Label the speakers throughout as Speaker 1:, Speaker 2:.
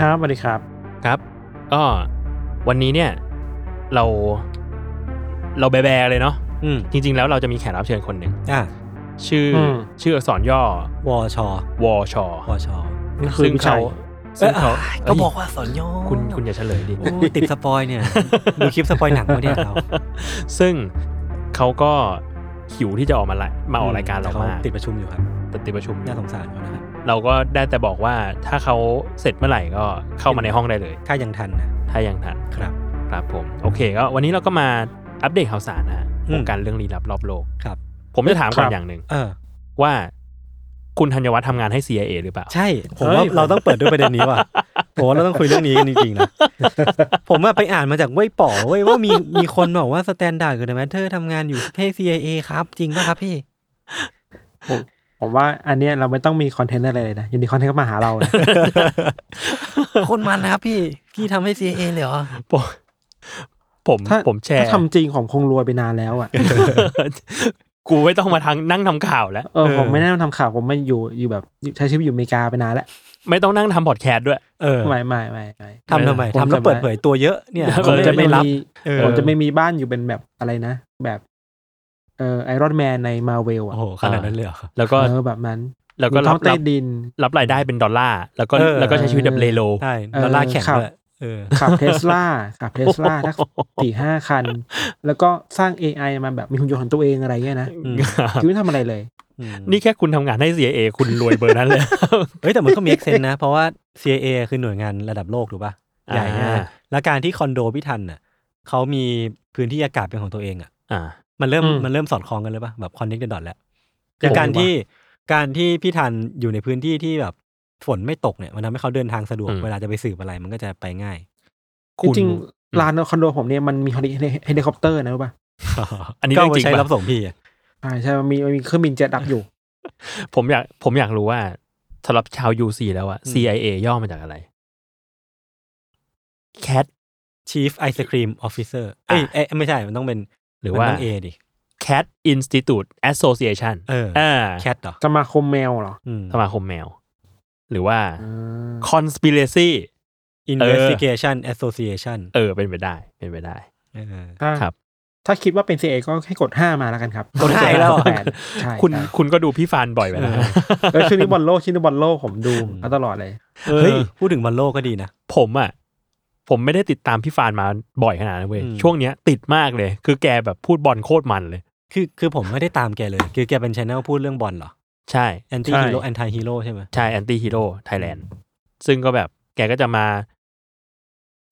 Speaker 1: ครับสวัสดีครับ
Speaker 2: ครับก็วันนี้เนี่ยเราเราแบแบๆเลยเนาะ
Speaker 3: อืม
Speaker 2: จริง ๆ แล้วเราจะมีแขกรับเชิญคนหนึ่ง
Speaker 3: อ่ะ
Speaker 2: ชื่ออ
Speaker 1: ม
Speaker 2: ชื่ออักษรย่อ
Speaker 3: วอชอ
Speaker 2: วอชอ
Speaker 3: วอชอ
Speaker 1: นี่คือ
Speaker 2: ซึ่ง
Speaker 1: วิชั
Speaker 2: เขา
Speaker 1: ย
Speaker 2: ซึ่งเขา
Speaker 3: ก็
Speaker 2: เย
Speaker 3: บอกว่าสอนย่อ
Speaker 2: คุณคุณอย่าเฉลยดิ
Speaker 3: โอ้ยติดสปอยเนี่ย ดูคลิปสปอยหนังมาเนี่ยเรา
Speaker 2: ซึ่งเขาก็หิวที่จะออกมาละมาออกรายการ เรา
Speaker 3: ข
Speaker 2: มาก
Speaker 3: ติดประชุมอยู่ครับ
Speaker 2: แต่ติดประชุมอยู่
Speaker 3: น่าสงสารเขานะครับ
Speaker 2: เราก็ได้แต่บอกว่าถ้าเขาเสร็จเมื่อไหร่ก็เข้ามาในห้องได้เลย
Speaker 3: ถ้ายังทันนะ
Speaker 2: ถ้ายังทัน
Speaker 3: ครับ
Speaker 2: ครับผมโอเคก็วันนี้เราก็มาอัปเดตข่าวสารนะฮะ
Speaker 3: อืม
Speaker 2: วงการเรื่องลี้ลับรอบโลก
Speaker 3: ครับ
Speaker 2: ผมจะถามก่อนอย่างหนึ่ง
Speaker 3: เออ
Speaker 2: ว่าคุณธัญวัฒน์ทำงานให้ CIA หรือเปล่า
Speaker 3: ใช่ ผมว่าเราต้องเปิดด้วยประเด็นนี้ ว่ะผมว่าเราต้องคุยเรื่องนี้กันจริงๆนะ ผมว่าไปอ่านมาจากเว้ยป๋อเว้ยว่ามีมีคนบอกว่าสแตนดาร์ดกับแมทเธอร์ทำงานอยู่ให้ CIA ครับ จริงป่ะครับ พี่
Speaker 1: ผมว่าอันเนี้ยเราไม่ต้องมีคอนเทนต์อะไรเลยนะอยู่ดีคอนเทนต์ก็มาหาเรานะ
Speaker 3: คนมันนะครับพี่ พี่ทำให้ CIA เลยเหรอ
Speaker 2: ผมผม
Speaker 1: ถ้า
Speaker 2: ผมแช
Speaker 1: ถ้า
Speaker 2: ร์
Speaker 1: ทำจริงผมคงรวยไปนานแล้ว อ่ะ
Speaker 2: กูไม่ต้องมาทางนั่งทำข่าวแล้ว
Speaker 1: เออผมไม่ได้ทำข่าวผมไม่อยู่อยู่แบบใช้ชีวิตอยู่อเมริกาไปนานแล้ว
Speaker 2: ไม่ต้องนั่งทำพอดแคสต์ด้วย
Speaker 3: เออ
Speaker 1: ไม่ไม่ไม่ไม่
Speaker 3: ทำทำไม
Speaker 1: ผ
Speaker 3: ทำแล้วเปิดเผยตัวเยอะเนี่ย
Speaker 2: เออ
Speaker 3: เขา
Speaker 1: ผม
Speaker 3: ไม่
Speaker 1: จะไม่
Speaker 3: ไม่รับ
Speaker 1: มี
Speaker 3: เออ
Speaker 1: ผมจะไม่มีบ้านอยู่เป็นแบบอะไรนะ แบบเอ่อไอรอนแมนในมาเวลอ่ะ
Speaker 3: โอ้โหขนาดนั้นเลยเหรอ
Speaker 2: แล้วก็
Speaker 1: เออแบบนั้น
Speaker 2: แล้วก็
Speaker 1: มี
Speaker 2: รั
Speaker 1: ท้
Speaker 2: บ
Speaker 1: องใต้
Speaker 2: รับ
Speaker 1: ดิน
Speaker 2: รับรายได้เป็นดอลลาร์แล้วก็
Speaker 3: เออ
Speaker 2: แล้วก็ใช้ชีวิตแบบเลโล
Speaker 3: ใช่
Speaker 1: เออ
Speaker 3: ดอลลาร์แข็ง
Speaker 1: ครับ
Speaker 3: ด้วยเออ
Speaker 1: ขับเทสลาขับเทสลาถ้าสี่ห้าคัน แล้วก็สร้าง AI มาแบบมีหุ่นยนต์ของตัวเองอะไรเงี้ยนะ
Speaker 3: อืม
Speaker 1: ชีวิตไม่ทำอะไรเลย
Speaker 3: อืม
Speaker 2: นี่แค่คุณทำงานให้ CIA คุณรวยเบอร์นั้น เลย
Speaker 3: เฮ้ยแต่มันก็มีเซน นะ เพราะว่า CIA คือหน่วยงานระดับโลกถูกป่ะใหญ่
Speaker 2: อ่า
Speaker 3: นะแล้วการที่คอนโดพี่ทันน่ะเขามีพื้นที่อากาศเป็นของตัวเองอ่ะ
Speaker 2: อ่า
Speaker 3: มันเริ่ม
Speaker 1: อืม
Speaker 3: มันเริ่มสอดคล้องกันเลยป่ะแบบ connect the dot แล้ว
Speaker 1: โอ้
Speaker 3: คือการ
Speaker 1: ว่ะ
Speaker 3: ที่การที่พี่ทันอยู่ในพื้นที่ที่แบบฝนไม่ตกเนี่ย มันทำให้เขาเดินทางสะดวก
Speaker 2: อืม
Speaker 3: เวลาจะไปสืบอะไรมันก็จะไปง่าย
Speaker 1: จริงๆลานคอนโดผมเนี่ยมันมีเฮลิเฮลิคอปเตอร์นะรู้ป่ะ
Speaker 2: อันนี้
Speaker 3: ก็
Speaker 2: เรื่อง
Speaker 3: เอา
Speaker 2: จริ
Speaker 3: ไป
Speaker 2: ง
Speaker 3: ใช้
Speaker 2: ปะ
Speaker 3: รับส่งพี่อะ
Speaker 1: ใช่ใช่มันมีมันมีเครื่องบินเจ็ตดับอยู่
Speaker 2: ผมอยากผมอยากรู้ว่าสำหรับชาว UC แล้วอะ CIA ย่อมาจากอะไร Cat
Speaker 3: Chief Ice Cream Officer เอ้ย
Speaker 2: อ่ะ
Speaker 3: เอ้ยไม่ใช่มันต้องเป็น
Speaker 2: หรือว่า
Speaker 3: มันต้องเอดิ
Speaker 2: Cat Institute Association
Speaker 3: เออ
Speaker 2: อ่า
Speaker 3: แคทเหรอ
Speaker 1: สมาคมแมวเหรอ
Speaker 3: อืม
Speaker 2: สมาคมแมว หรือว่า
Speaker 1: อ่า
Speaker 2: Conspiracy
Speaker 3: Investigation Association
Speaker 2: เออ เป็นไปได้ เป็นไปได้
Speaker 3: เออ
Speaker 1: ถ้า
Speaker 2: ครับ
Speaker 1: ถ้าคิดว่าเป็น CIA ก็ให้กด 5 มาแล้วกันครับ
Speaker 3: กดห้าอีกแล้วเหรอ
Speaker 1: ปดใช่
Speaker 2: คุณ
Speaker 1: ใช่
Speaker 2: คุณก็ดูพี่ฟานบ่อยไปแล้วนะ
Speaker 1: เออช่วงนี้บอลโลกช่วงนี้บอลโลกผมดูมาตลอดเลย
Speaker 2: เออ
Speaker 3: เฮ้ย พูดถึงบอลโลกก็ดีนะ
Speaker 2: ผมอะผมไม่ได้ติดตามพี่ฟานมาบ่อยขนาดนั้นเว้ย
Speaker 3: อืม
Speaker 2: ช่วงเนี้ยติดมากเลย คือแกแบบพูดบอลโคตรมันเลย
Speaker 3: คือคือผมไม่ได้ตามแกเลย คือแกเป็นชแนลพูดเรื่องบอลเหรอ
Speaker 2: ใช่
Speaker 3: anti hero anti hero ใช่ไหม
Speaker 2: ใช่แอนตี้ฮีโร่ไทยแลนด์ซึ่งก็แบบแกก็จะมา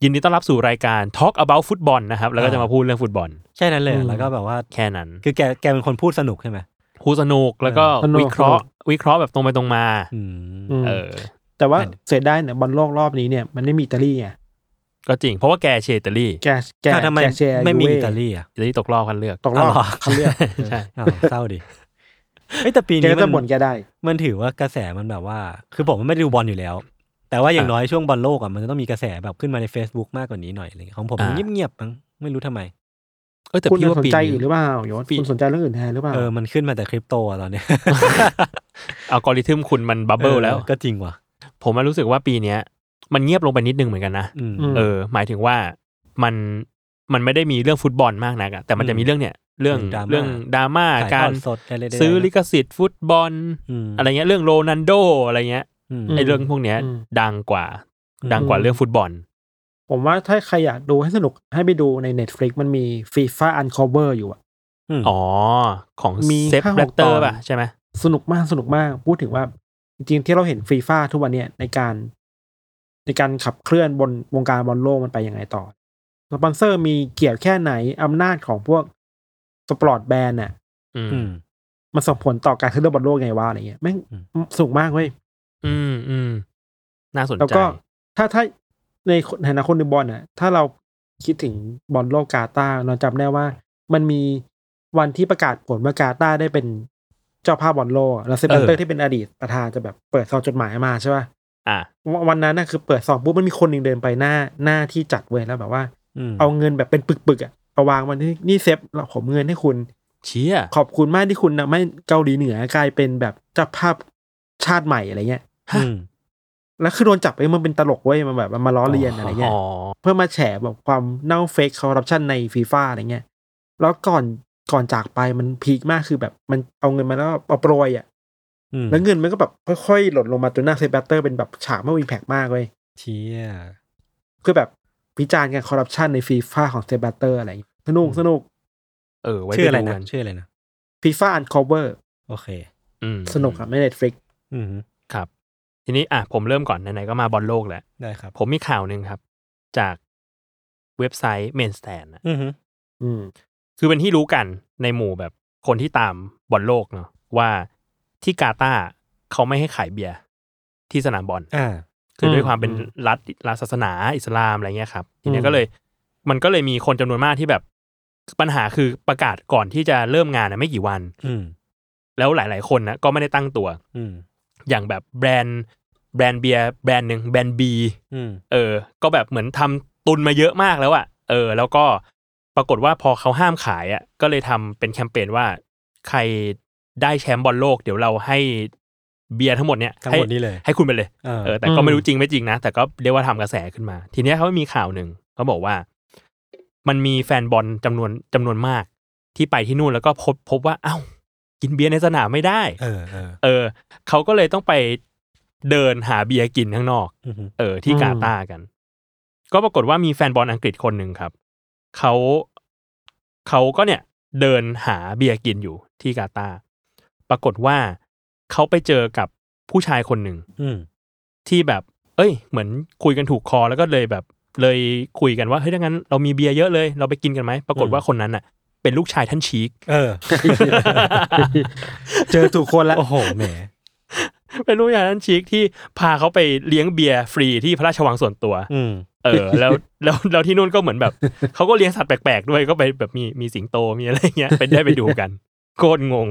Speaker 2: ยินดีต้อนรับสู่รายการ Talk about ฟุตบอลนะครับ แล้วก็
Speaker 3: อ่า
Speaker 2: จะมาพูดเรื่องฟุตบอล
Speaker 3: แค่นั้นเลย
Speaker 1: อืม
Speaker 3: แล้วก็แบบว่า
Speaker 2: แค่นั้น
Speaker 3: คือแกแกเป็นคนพูดสนุกใช่ไหม
Speaker 2: คูสนุกแล้วก็
Speaker 1: สนุก
Speaker 2: วิเคราะห์ วิเคราะห์แบบตรงไปตรงมา
Speaker 3: อื
Speaker 1: อื
Speaker 3: ม
Speaker 1: ม
Speaker 2: เออ
Speaker 1: แต่ว่า
Speaker 3: อัน
Speaker 1: เสียดายเนี่ยบอลโลกรอบนี้เนี่ยมันไม่มีอิตาลีไง
Speaker 2: ก็จริง เพราะว่าแกเชียร์อิตาลี
Speaker 1: แกแก
Speaker 3: อ้าวทำไม
Speaker 1: แกเชียร์
Speaker 3: ไม่มี
Speaker 1: ยูเว่
Speaker 3: อิตาลีอ่ะ
Speaker 2: อิตาลีตกรอบคันเลือก
Speaker 1: ตกรอบ
Speaker 3: อ้าวเหรอ
Speaker 1: เขาเลือก
Speaker 2: ใช่
Speaker 3: อ้าวเศร้าดิเอ้ยแต่ปี
Speaker 1: แก
Speaker 3: นี้มั
Speaker 1: ก็จะ
Speaker 3: น
Speaker 1: บ่นแกได้
Speaker 3: มันถือว่ากระแสมันแบบว่า คือผมไม่ได้ดูบอลอยู่แล้ว แต่ว่าอย่าง
Speaker 2: อ่ะ
Speaker 3: น้อยช่วงบอลโลกอ่ะมันจะต้องมีกระแสแบบขึ้นมาใน Facebook มากกว่านี้หน่อยอะไรเงี้ยของผม
Speaker 2: อ่ามั
Speaker 3: นเงียบๆมั้งไม่รู้ทำไม
Speaker 2: เออแต่
Speaker 1: คุณ
Speaker 2: พี่ว่า
Speaker 1: สน
Speaker 2: ปี
Speaker 1: ใจ
Speaker 2: นี้
Speaker 1: อื่นหรือเปล่าโยศ
Speaker 2: ปี
Speaker 1: คุณสนใจเรื่องอื่นแทนหรือเปล่า
Speaker 3: เออมันขึ้นมาแต่คริปโตอะตอนเนี้ย
Speaker 2: อัลกอริทึมคุณมันบับเบิลแล้ว
Speaker 3: ออก็จริงว่ะ
Speaker 2: ผมมารู้สึกว่าปีเนี้ย มันเงียบลงไปนิดนึงเหมือนกันนะ
Speaker 3: อืม
Speaker 1: อืม
Speaker 2: เออ หมายถึงว่ามันมันไม่ได้มีเรื่องฟุตบอลมากนักอะแต่มันจะมีเรื่องเนี่ย เรื่อง
Speaker 3: เรื่องดราม่า
Speaker 2: เรื่องดราม่า
Speaker 3: ถ่ยท
Speaker 2: กา
Speaker 3: อ
Speaker 2: ร
Speaker 3: ดสดะไรใดๆ
Speaker 2: ซื้อลิขสิทธิ์ฟุตบอล
Speaker 3: อืม
Speaker 2: อะไรเงี้ยเรื่องโรนันโดอะไรเงี้ย
Speaker 3: อืม
Speaker 2: ไอ้เรื่องพวกเนี้ย
Speaker 1: อืม
Speaker 2: ดังกว่า ดังกว่าเรื่องฟุตบอล
Speaker 1: ผมว่าถ้าใครอยากดูให้สนุกให้ไปดูใน Netflix มันมี FIFA Uncover อยู่อะ
Speaker 2: อ๋อ ของ
Speaker 1: มี
Speaker 2: เซฟ
Speaker 1: ห้าหก
Speaker 2: แบล็กเตอ
Speaker 1: ตอ
Speaker 2: ร์
Speaker 1: น
Speaker 2: ป่ะใช่ไหม
Speaker 1: สนุกมากสนุกมากพูดถึงว่า จริงๆที่เราเห็นฟีฟ่าทุกวันเนี่ยในการ ในการขับเคลื่อนบนวงการบอลโลกมันไปยังไงต่อสปอนเซอร์มีเกี่ยวแค่ไหนอำนาจของพวกสปอร์ตแบรนด์น่ะ
Speaker 2: อืม
Speaker 3: อืม
Speaker 1: มันส่งผลต่อการคัดเลือกบอลโลกไงวะอะไรเงี้ยแม่ง
Speaker 3: อืม
Speaker 1: สนุกมากเว้ย
Speaker 2: อืมอืมน่าสน
Speaker 1: แล้ว
Speaker 2: ใจ
Speaker 1: ก็ถ้าถ้าในฐานะคนดูบอลน่ะ ถ้าเราคิดถึงบอลโลกกาตาร์เราจำได้ว่า มันมีวันที่ประกาศผลว่ากาตาร์ได้เป็นเจ้าภาพบอลโลกอะแล้วเซปเตอ
Speaker 2: เอ
Speaker 1: ร์
Speaker 2: อ
Speaker 1: ที่เป็นอดีตประธานจะแบบเปิดซองจดหมายมาใช่ป่ะ
Speaker 2: อ่ะ
Speaker 1: ววันนั้นน่ะคือเปิดซองปุ๊บมันมีคนหนึ่งเดินไปหน้าหน้าที่จัดเว้ยแล้วแบบว่า
Speaker 3: อืม
Speaker 1: เอาเงินแบบเป็นปึกๆอ่ะเอาวางวันที่นี่เซฟเราผมเงินให้คุณ
Speaker 2: เชีย
Speaker 1: ขอบคุณมากที่คุณนะไม่เกาหลีเหนือกลายเป็นแบบเจ้าภาพชาติใหม่อะไรเงี้ย
Speaker 3: อืม
Speaker 1: แล้วคือโดนจับไปมันเป็นตลกเว้ยมันแบบมันมาล้อเลียนอะไรเงี้ย
Speaker 2: อ๋อ
Speaker 1: เพื่อมาแฉแบบความเน่าเฟกคอร์รัปชันในฟีฟ่าอะไรเงี้ยแล้วก่อนก่อนจากไปมันพีคมากคือแบบมันเอาเงินมาแล้วเอาโปรยอ่ะ
Speaker 3: อืม
Speaker 1: แล้วเงินมันก็แบบค่อยๆ หล่นลงมาจนหน้าเซบตเตอร์เป็นแบบฉากไม่มีแพกมากเว้ย
Speaker 3: เชีย
Speaker 1: เพื่อแบบวิจารณ์การคอร์รัปชันในฟีฟ่าของเซบตเตอร์อะไรเงี้ยสนุกสนุก
Speaker 2: เออ ไว้
Speaker 3: ชื่ออะไร
Speaker 2: ปดู
Speaker 3: นะ
Speaker 2: กั
Speaker 3: ชื่ออะไรนะ
Speaker 1: ฟีฟ่าอันคอเวอร์
Speaker 3: โอเค
Speaker 2: อืม
Speaker 1: สนุกครับไม่เน็ตฟลิก
Speaker 3: อืม
Speaker 2: ครับ ทีนี้อ่ะผมเริ่มก่อน ไหนๆ ก็มาบอลโลกแล้ว
Speaker 3: ได้ครับ
Speaker 2: ผมมีข่าวหนึ่งครับ จากเว็บไซต์เมนสแตน
Speaker 3: อืม
Speaker 1: อืม
Speaker 2: คือเป็นที่รู้กันในหมู่แบบคนที่ตามบอลโลกเนาะว่าที่กาตาร์เขาไม่ให้ขายเบียร์ที่สนามบอล
Speaker 3: อ่า
Speaker 2: คือด้วย
Speaker 1: อืม
Speaker 2: ความเป็น
Speaker 1: อืม
Speaker 2: รัฐรัฐศาสนาอิสลามอะไรเงี้ยครับทีเนี้ย
Speaker 1: อืม
Speaker 2: ก็เลยมันก็เลยมีคนจำนวนมากที่แบบปัญหาคือประกาศก่อนที่จะเริ่มงานนะไม่กี่วัน
Speaker 3: อืม
Speaker 2: แล้วหลาย ๆ คนนะก็ไม่ได้ตั้งตัว
Speaker 3: อืม
Speaker 2: อย่างแบบแบรนด์แบรนด์เบียร์แบรนด์หนึ่งแบรนด์บี
Speaker 3: อืม
Speaker 2: เออ ก็แบบเหมือนทำตุนมาเยอะมากแล้วอะเออ แล้วก็ปรากฏว่าพอเขาห้ามขายอะก็เลยทำเป็นแคมเปญว่า ใครได้แชมป์บอลโลก เดี๋ยวเราให้เบียร์ทั้งหมดเนี่ย
Speaker 3: ทั้ง
Speaker 2: ให้
Speaker 3: หมดนี้เลย
Speaker 2: ให้คุณไปเลย
Speaker 3: เอ
Speaker 2: เออ
Speaker 3: อ
Speaker 2: แต่ก็ไม่รู้จริงไม่จริงนะ แต่ก็เรียกว่าทำกระแสขึ้นมา ทีเนี้ยเขามีข่าวหนึ่งเขาบอกว่า มันมีแฟนบอลจำนวนจำนวนมาก ที่ไปที่นู่นแล้วก็พบพบว่าเอ้า กินเบียร์ในสนามไม่ได้
Speaker 3: เออเออ
Speaker 2: เออเขาก็เลยต้องไปเดินหาเบียร์กินข้างนอก
Speaker 3: อืม
Speaker 2: เออ ที่
Speaker 1: อืม
Speaker 2: กาตาร์กัน ก็ปรากฏว่ามีแฟนบอลอังกฤษคนหนึ่งครับเขาเขาก็เนี่ย เดินหาเบียร์กินอยู่ที่กาตาร์ปรากฏว่าเขาไปเจอกับผู้ชายคนหนึ่ง
Speaker 3: อืม
Speaker 2: ที่แบบ เอ้ย เหมือนคุยกันถูกคอแล้วก็เลยแบบ เลยคุยกันว่า เฮ้ยถ้างั้นเรามีเบียร์เยอะเลย เราไปกินกันไหม ปรากฏว่าคนนั้นน่ะ เป็นลูกชายท่านชีก
Speaker 3: เออ
Speaker 1: เจอถูกคนละ
Speaker 3: โอ้โหแหม
Speaker 2: เป็นลูกชายท่านชีกที่พาเขาไปเลี้ยงเบียร์ฟรีที่พระราชวังส่วนตัว
Speaker 3: อืม
Speaker 2: เออ แล้ว แล้วแล้วที่นู่นก็เหมือนแบบ เขาก็เลี้ยงสัตว์แปลกๆด้วย ก็ไปแบบมี มีสิงโต มีอะไรเงี้ย ไปได้ไปดูกัน โคตรงง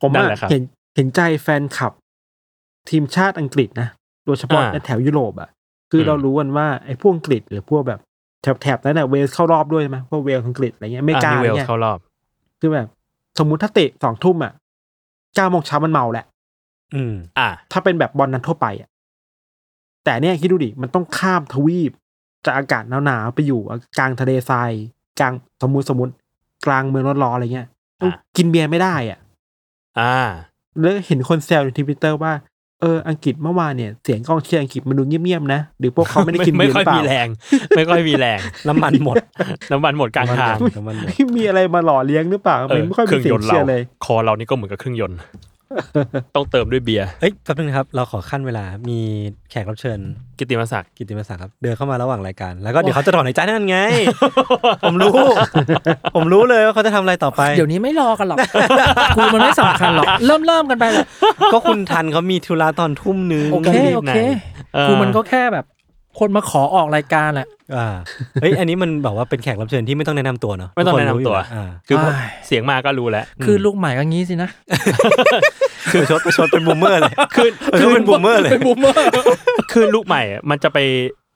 Speaker 1: ผม
Speaker 2: นั่
Speaker 1: อะ
Speaker 2: นแหละครับ
Speaker 1: เห็นเห็นใจแฟนคลับ ทีมชาติอังกฤษนะ โดยเฉพาะ
Speaker 2: อ่า
Speaker 1: ในแถวยุโรปอะคืออ
Speaker 2: ม
Speaker 1: เรารู้กันว่าไอ้พวกอังกฤษหรือพวกแบบแถบแถบนั้นอะเวลส์เข้ารอบด้วยไหมพวกเวลส์อังกฤษอะไรเงี้ยอเมริกา
Speaker 2: อ่ะ
Speaker 1: อะไร
Speaker 2: เวล
Speaker 1: เงี้ย
Speaker 2: เข้ารอบ
Speaker 1: คือแบบ สมมุติถ้าเตะสองทุ่มอะเก้าโมงเช้ามันเมาแหละ
Speaker 3: อืม
Speaker 2: อ่ะ
Speaker 1: ถ้าเป็นแบบบอลนั้นทั่วไปอะแต่เนี่ยคิดดูดิ มันต้องข้ามทวีป จากอากาศหนาวๆไปอยู่กลางทะเลทรายกลางสมมุติสมมุติกลางเมืองร้อนๆอะไรเงี้ยต้อง
Speaker 2: อ่ะ
Speaker 1: กินเบียร์ไม่ได้อะ
Speaker 2: อ่า
Speaker 1: แล้วเห็นคนแซวในทวิตเตอร์ว่า เออ อังกฤษเมื่อวานเนี่ย เสียงกองเชียร์อังกฤษมันดูเงียบๆนะ หรือพวกเขาไม่ได้กินเบี
Speaker 2: ไม่
Speaker 1: ยร์ห
Speaker 2: ค่อ
Speaker 1: รื
Speaker 2: ย
Speaker 1: อเป
Speaker 2: มี
Speaker 1: ล่า
Speaker 2: แรง ไม่ค่อยมีแรง
Speaker 3: น้ำมันหมด
Speaker 2: น้ำมันหมดกลางทาง
Speaker 3: น้ำมันหมด
Speaker 1: ไม่มีอะไรมาหล่อเลี้ยงหรือเปล่า
Speaker 2: เออ
Speaker 1: ไม่ค่อย
Speaker 2: เค
Speaker 1: มี
Speaker 2: รื่อง
Speaker 1: เสีย
Speaker 2: ย
Speaker 1: ง
Speaker 2: นต์
Speaker 1: เชี
Speaker 2: เรา
Speaker 1: ยร์เลย
Speaker 2: คอเรานี่ก็เหมือนกับเครื่องยนต์ ต้องเติมด้วยเบียร์
Speaker 3: เอ้ยแป๊บนึงนะครับ เราขอขั้นเวลา มีแขกรับเชิญ
Speaker 2: กิตติมศักดิ์
Speaker 3: กิตติมศักดิ์ครับ เดินเข้ามาระหว่างรายการ แล้วก็เดี๋ยวเขาจะถอนหายใจนั่นไง ผมรู้ ผมรู้เลยว่าเขาจะทำอะไรต่อไป
Speaker 4: เดี๋ยวนี้ไม่รอกันห รอก คุยมันไม่สำคัญหรอก เริ่มเริ่มกันไปเลย
Speaker 3: ก็คุณทันเขามีธุระตอนทุ่มนึง
Speaker 4: โอเค โอเค
Speaker 2: เออ
Speaker 4: คุยมันก็แค่แบบ คนมาขอออกรายการแหละ
Speaker 3: อ่าเฮ้ย อันนี้มันแบบว่าเป็นแขกรับเชิญที่ไม่ต้องแนะนำตัวเนาะ
Speaker 2: ไม่ต้องแนะนำ
Speaker 3: ทุกครู้อ
Speaker 2: ตัว
Speaker 3: ยู่แล้อ่า
Speaker 2: คือ
Speaker 4: อ้าย
Speaker 2: เสียงมาก็รู้แล้ว
Speaker 4: คือลูกใหม่ก็งี้สินะ
Speaker 3: คือประชดประชดเป็นบูมเมอร์เลย คือคือเป็นบูมเมอร์เลย
Speaker 4: เป็นบูมเมอร์
Speaker 2: คือลูกใหม่อะมันจะไป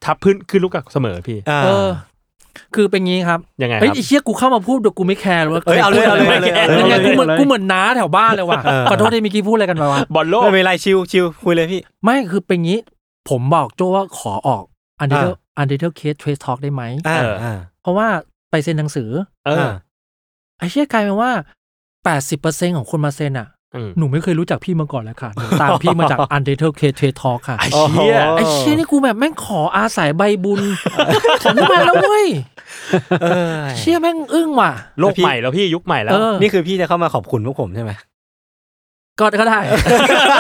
Speaker 2: ทับพื้นคือลูกกับเสมอพี่
Speaker 3: อ่า
Speaker 4: เออ คือเป็นงี้ครับ
Speaker 2: ยังไงค
Speaker 4: เฮ้ย
Speaker 2: รับ
Speaker 4: ไอ้เชี่ยกูเข้ามาพูดเดี๋ยวกูไม่แคร์ว่า
Speaker 3: เอ้ยเอาเลยเอาเลยเอาเลยเอาเลย
Speaker 4: ป็นไงกูเหมือน
Speaker 1: เอาเลย
Speaker 4: กูเหมือนน้าแถวบ้านเลยว่ะ
Speaker 3: เออ
Speaker 4: ขอโทษที่เมื่อกี้พูดอะไรกันไปวะ
Speaker 2: บอลโลก
Speaker 3: ไม่เป็นไรชิวชิวคุยเลยพี่
Speaker 4: ไม่คือเป็นงี้ ผมบอกโจว่าขอออกอันเดอร์อันเดอร์เคสเทรสทอได้ไหม
Speaker 3: อ่า
Speaker 2: เอออ่
Speaker 3: อ่า
Speaker 4: เพราะว่าไปเซ็นหนังสือ
Speaker 2: เออ
Speaker 3: อ่า
Speaker 4: ไอ้เชี่ยกลายเป็นว่า 80%ของคนมาเซ็นอ่ะ
Speaker 2: อืม
Speaker 4: หนูไม่เคยรู้จักพี่มาก่อนเลยค่ะหนูตามพี่มาจาก u n d e r t a l e K t Talk ค่ะ
Speaker 2: ไอ้เชี่ย
Speaker 3: โอ้โห
Speaker 4: ไอ้เชี่ยนี่กูแบบแม่งขออาศัยใบบุญ ผมมาแล้วเว้ย
Speaker 3: เออ
Speaker 4: เชี่ยแม่งอึ้งว่ะ
Speaker 2: โลกใหม่แล้วพี่ยุคใหม่แล้ว
Speaker 4: เออ
Speaker 3: นี่คือพี่จะเข้ามาขอบคุณพวกผมใช่ไหม
Speaker 4: ก็ก็ได้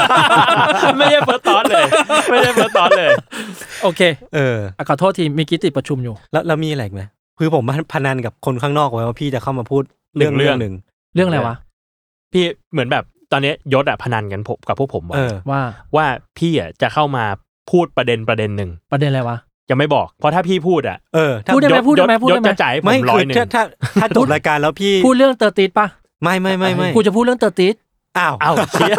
Speaker 2: ไม่ใช่เฟิร์สตอนเลย ไม่ใช่เฟิร์สตอนเลย
Speaker 4: โอเค
Speaker 3: เออ
Speaker 4: อ่ะขอโทษทีมีกิจติดประชุมอยู่
Speaker 3: แล้วแล้วมีอะไรอีกไหมคือผมพนันกับคนข้างนอกไว้ว่าพี่จะเข้ามาพูดเรื่อง
Speaker 2: หนึ่งเรื่อง
Speaker 3: หนึ่ง
Speaker 4: เรื่องอะไรวะ
Speaker 2: พี่เหมือนแบบตอนนี้ยศอะพนันกันผมกับพวกผมไว้
Speaker 3: เออ
Speaker 4: ว่า
Speaker 2: ว่าพี่อะจะเข้ามาพูดประเด็นประเด็นหนึ่ง
Speaker 4: ประเด็นอะไรวะ
Speaker 2: ยังไม่บอกเพราะถ้าพี่พูดอะ
Speaker 3: เออถ้า
Speaker 4: พูดได้ไหม
Speaker 2: ยศ
Speaker 4: พูดได้ไหม
Speaker 2: ยศ
Speaker 4: พูดได้ไห
Speaker 2: ยศ
Speaker 4: ม
Speaker 2: จะจ่ายให้ผ
Speaker 3: ไม่
Speaker 2: มร้อ
Speaker 3: คื
Speaker 2: ย
Speaker 3: อ
Speaker 2: หนึ่
Speaker 3: ถ้าง ถ้าถ้าจบรายการแล้วพี่
Speaker 4: พูดเรื่องเตอร์ติดปะ
Speaker 3: ไม่ไม่ไม่ไม่
Speaker 4: กูจะพูดเรื่องเตอร์ติด
Speaker 3: อ้าว
Speaker 2: อ้าวเชี่ย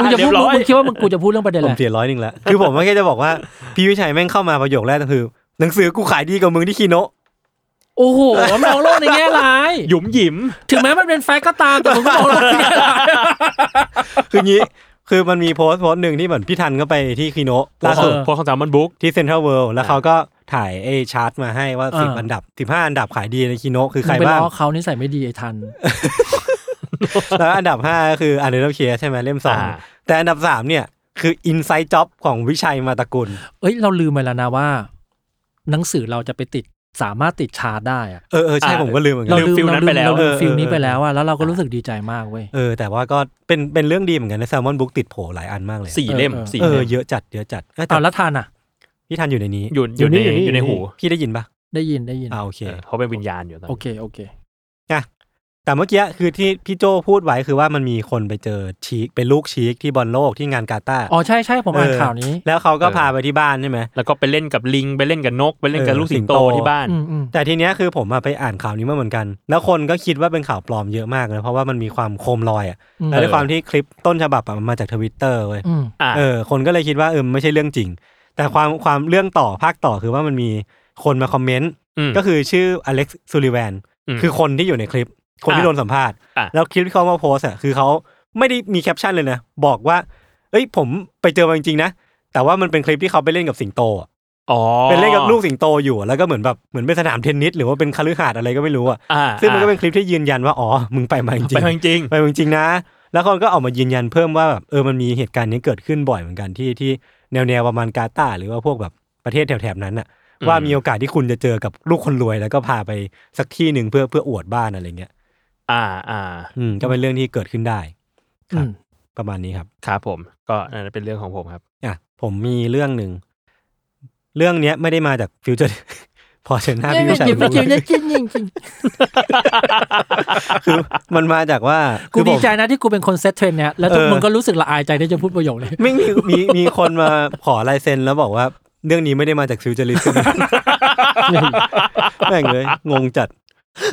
Speaker 4: มึงจะพูด
Speaker 2: เรียบร้อย
Speaker 4: มึงคิดว่ามึงกูจะพูดเรื่องประเด็น
Speaker 3: ผ
Speaker 4: อะไร
Speaker 3: มเสียร้อยหนึ่งแล้ว คือผมก็แค่จะบอกว่า พี่วิชัยแม่งเข้ามาประโยคแรกก็คือ หนังสือกูขายดีกว่ามึงที่คีโนะ
Speaker 4: โอ้โหมองโลกในแง่ร้าย
Speaker 2: หยุมหยิม
Speaker 4: ถึงแม้มันเป็นแฟกต์ก็ตามแต่มึงก็มองโลกในแง่ร้าย
Speaker 3: คืองี้ คือมันมีโพสต์โพสต์หนึ่งที่เหมือนพี่ทันก็ไปที่คีโนะล่าสุด
Speaker 4: เออ
Speaker 2: พวกของสามมันบุ๊ก
Speaker 3: ที่เซ็นทรัลเวิลด์แล้วเขาก็ถ่ายไอ้ชาร์ตมาให้ว่า
Speaker 4: เออ
Speaker 3: สิบอันดับสิบห้าอันดับขายดีในคีโนะคือใคร
Speaker 4: มึงไป
Speaker 3: บ้าง
Speaker 4: ล้อเขานิสัยไม่ดีไอ้ทัน
Speaker 3: แล้วอันดับห้าก็คืออันเดอร์เคียใช่ไหมเล่มสอง
Speaker 2: อ่า
Speaker 3: แต่อันดับสามเนี่ยคืออินไซต์จ็อบของวิชัยมาตระกุล
Speaker 4: เอ้ยเราลืมไปแล้วนะว่า หนังสือเราจะไปติดสามารถติดชาร์ตได้อะ
Speaker 3: เออเออใช่
Speaker 2: อ่า
Speaker 3: ผมก็ลืมเหมือนกั
Speaker 4: เรา
Speaker 3: น
Speaker 4: ลืม
Speaker 2: ฟิลนั้
Speaker 4: เรา
Speaker 2: นไป
Speaker 4: ลืม
Speaker 2: แล้ว
Speaker 4: เราลื
Speaker 3: เอ
Speaker 4: ม
Speaker 3: อ
Speaker 4: ฟิลนี้
Speaker 3: เออ
Speaker 4: ไปแล้วอะแล้วเราก็รู้สึกดีใจมากเว้ย
Speaker 3: เออแต่ว่าก็เป็นเป็นเรื่องดีเหมือนกันนะแซลมอนบุ๊กติดโผหลายอันมากเลย
Speaker 2: สี่เล่ม
Speaker 4: เออ
Speaker 2: สี่
Speaker 3: เออ
Speaker 2: เล่ม
Speaker 3: เยอะจัดเยอะจัดเอ้ยแต่
Speaker 4: เอาแล้วทันอ่ะ
Speaker 3: พี่ทันอยู่ในนี้
Speaker 2: อยู่อยู่ใน
Speaker 1: อยู่นี่
Speaker 2: อ
Speaker 1: อยู่
Speaker 2: ยู่
Speaker 1: นี่
Speaker 2: ในหู
Speaker 3: พี่ได้ยินปะ
Speaker 4: ได้ยินได้ยิน
Speaker 3: อ่าโอเค
Speaker 2: เออเขาเป็นวิญญาณอยู่ตอน
Speaker 4: โอ
Speaker 2: นี้
Speaker 4: เคโอเค
Speaker 3: แต่เมื่อกี้คือที่พี่โจพูดไว้คือว่ามันมีคนไปเจอชีกเป็นลูกชีกที่บอลโลกที่งานกาตาร์
Speaker 4: อ๋อใช่ใช่ผมอ่าน
Speaker 3: เออ
Speaker 4: ข่าวนี้
Speaker 3: แล้วเขาก็พาไปที่บ้านใช่ไหม
Speaker 2: แล้วก็ไปเล่นกับลิงไปเล่นกับนก ไปเล่นกับ
Speaker 3: เออ
Speaker 2: ลูกสิง
Speaker 3: สิ
Speaker 2: โต
Speaker 3: งโต
Speaker 2: ที่บ้าน
Speaker 4: อืมอืม
Speaker 3: แต่ทีเนี้ยคือผมอะไปอ่านข่าวนี้มาเหมือนกัน แล้วคนก็คิดว่าเป็นข่าวปลอมเยอะมากเลยเพราะว่ามันมีความโคมลอยอะ
Speaker 4: อืม
Speaker 3: แล้วด้วยความที่คลิปต้นฉบับอะมันมาจากทวิตเตอร์เว้ย
Speaker 4: อืม
Speaker 2: อ่า
Speaker 3: เออคนก็เลยคิดว่าเออมันไม่ใช่เรื่องจริง แต่ความความเรื่องต่อภาคต่อคือว่ามันมีคนมาคอมเมนต์
Speaker 2: ม
Speaker 3: ก็คือชื่ออเล็กซ์ซูริแวน
Speaker 2: อืม
Speaker 3: คือคนที่อยู่ในคลิป คนที่
Speaker 2: อ่ะ
Speaker 3: โดนสัมภาษณ์
Speaker 2: อ่ะ
Speaker 3: แล้วคลิปที่เขามาโพสต์อะคือเขาไม่ได้มีแคปชั่นเลยนะบอกว่า เอ้ยผมไปเจอมาจริงๆนะแต่ว่ามันเป็นคลิปที่เขาไปเล่นกับสิงโตอะ
Speaker 2: อ๋อ
Speaker 3: เป็นเล่นกับลูกสิงโตอยู่แล้วก็เหมือนแบบเหมือนเป็นสนามเทนนิสหรือว่าเป็นคฤหาสน์อะไรก็ไม่รู้อ่ะ
Speaker 2: อ่า
Speaker 3: ซึ่งมันก็เป็นคลิปที่ยืนยันว่าอ๋อมึงไปมาจริง
Speaker 2: ไปมาจริง
Speaker 3: ๆไปมาจริงๆนะ แล้วคนก็ออกมายืนยันเพิ่มว่าแบบเออมันมีเหตุการณ์นี้เกิดขึ้นบ่อยเหมือนกันที่ที่แนวแนวๆประมาณกาตาร์หรือว่าพวกแบบประเทศแถบๆนั้นอ่ะ
Speaker 2: อืม
Speaker 3: ว่ามีโอกาสที่คุณจะเจอกับลูกคนรวย แล้วก็พาไปสักที่หนึ่งเพื่อเพื่ออวดบ้านอะไรเงี้ย
Speaker 2: อ่าอ่า
Speaker 3: อืมก็เป็นเรื่องที่เกิดขึ้นได้ ค
Speaker 4: อื
Speaker 3: รับ
Speaker 4: ม
Speaker 3: ประมาณนี้ครับ
Speaker 2: ครับผม ก็นั่นเป็นเรื่องของผมครับ
Speaker 3: อ่ะผมมีเรื่องหนึ่งเรื่องเนี้ยไม่ได้มาจากฟิวเจอร์ พอเชิญหน้าพี่วิชัยพูดเลย
Speaker 4: จริงจริงจริง
Speaker 3: คือมันมาจากว่า
Speaker 4: กู
Speaker 3: คือผม
Speaker 4: ดีใจนะที่กูเป็นคนเซตเทรนเนี่ยแล้วทุกมึงก็รู้สึกละอายใจที่จะพูดประโยคนี้
Speaker 3: ไม่มีมีมีคนมาขอลายเซ็นแล้วบอกว่า เรื่องนี้ไม่ได้มาจากฟิวเจอริสต์แม่งเลย งงจัด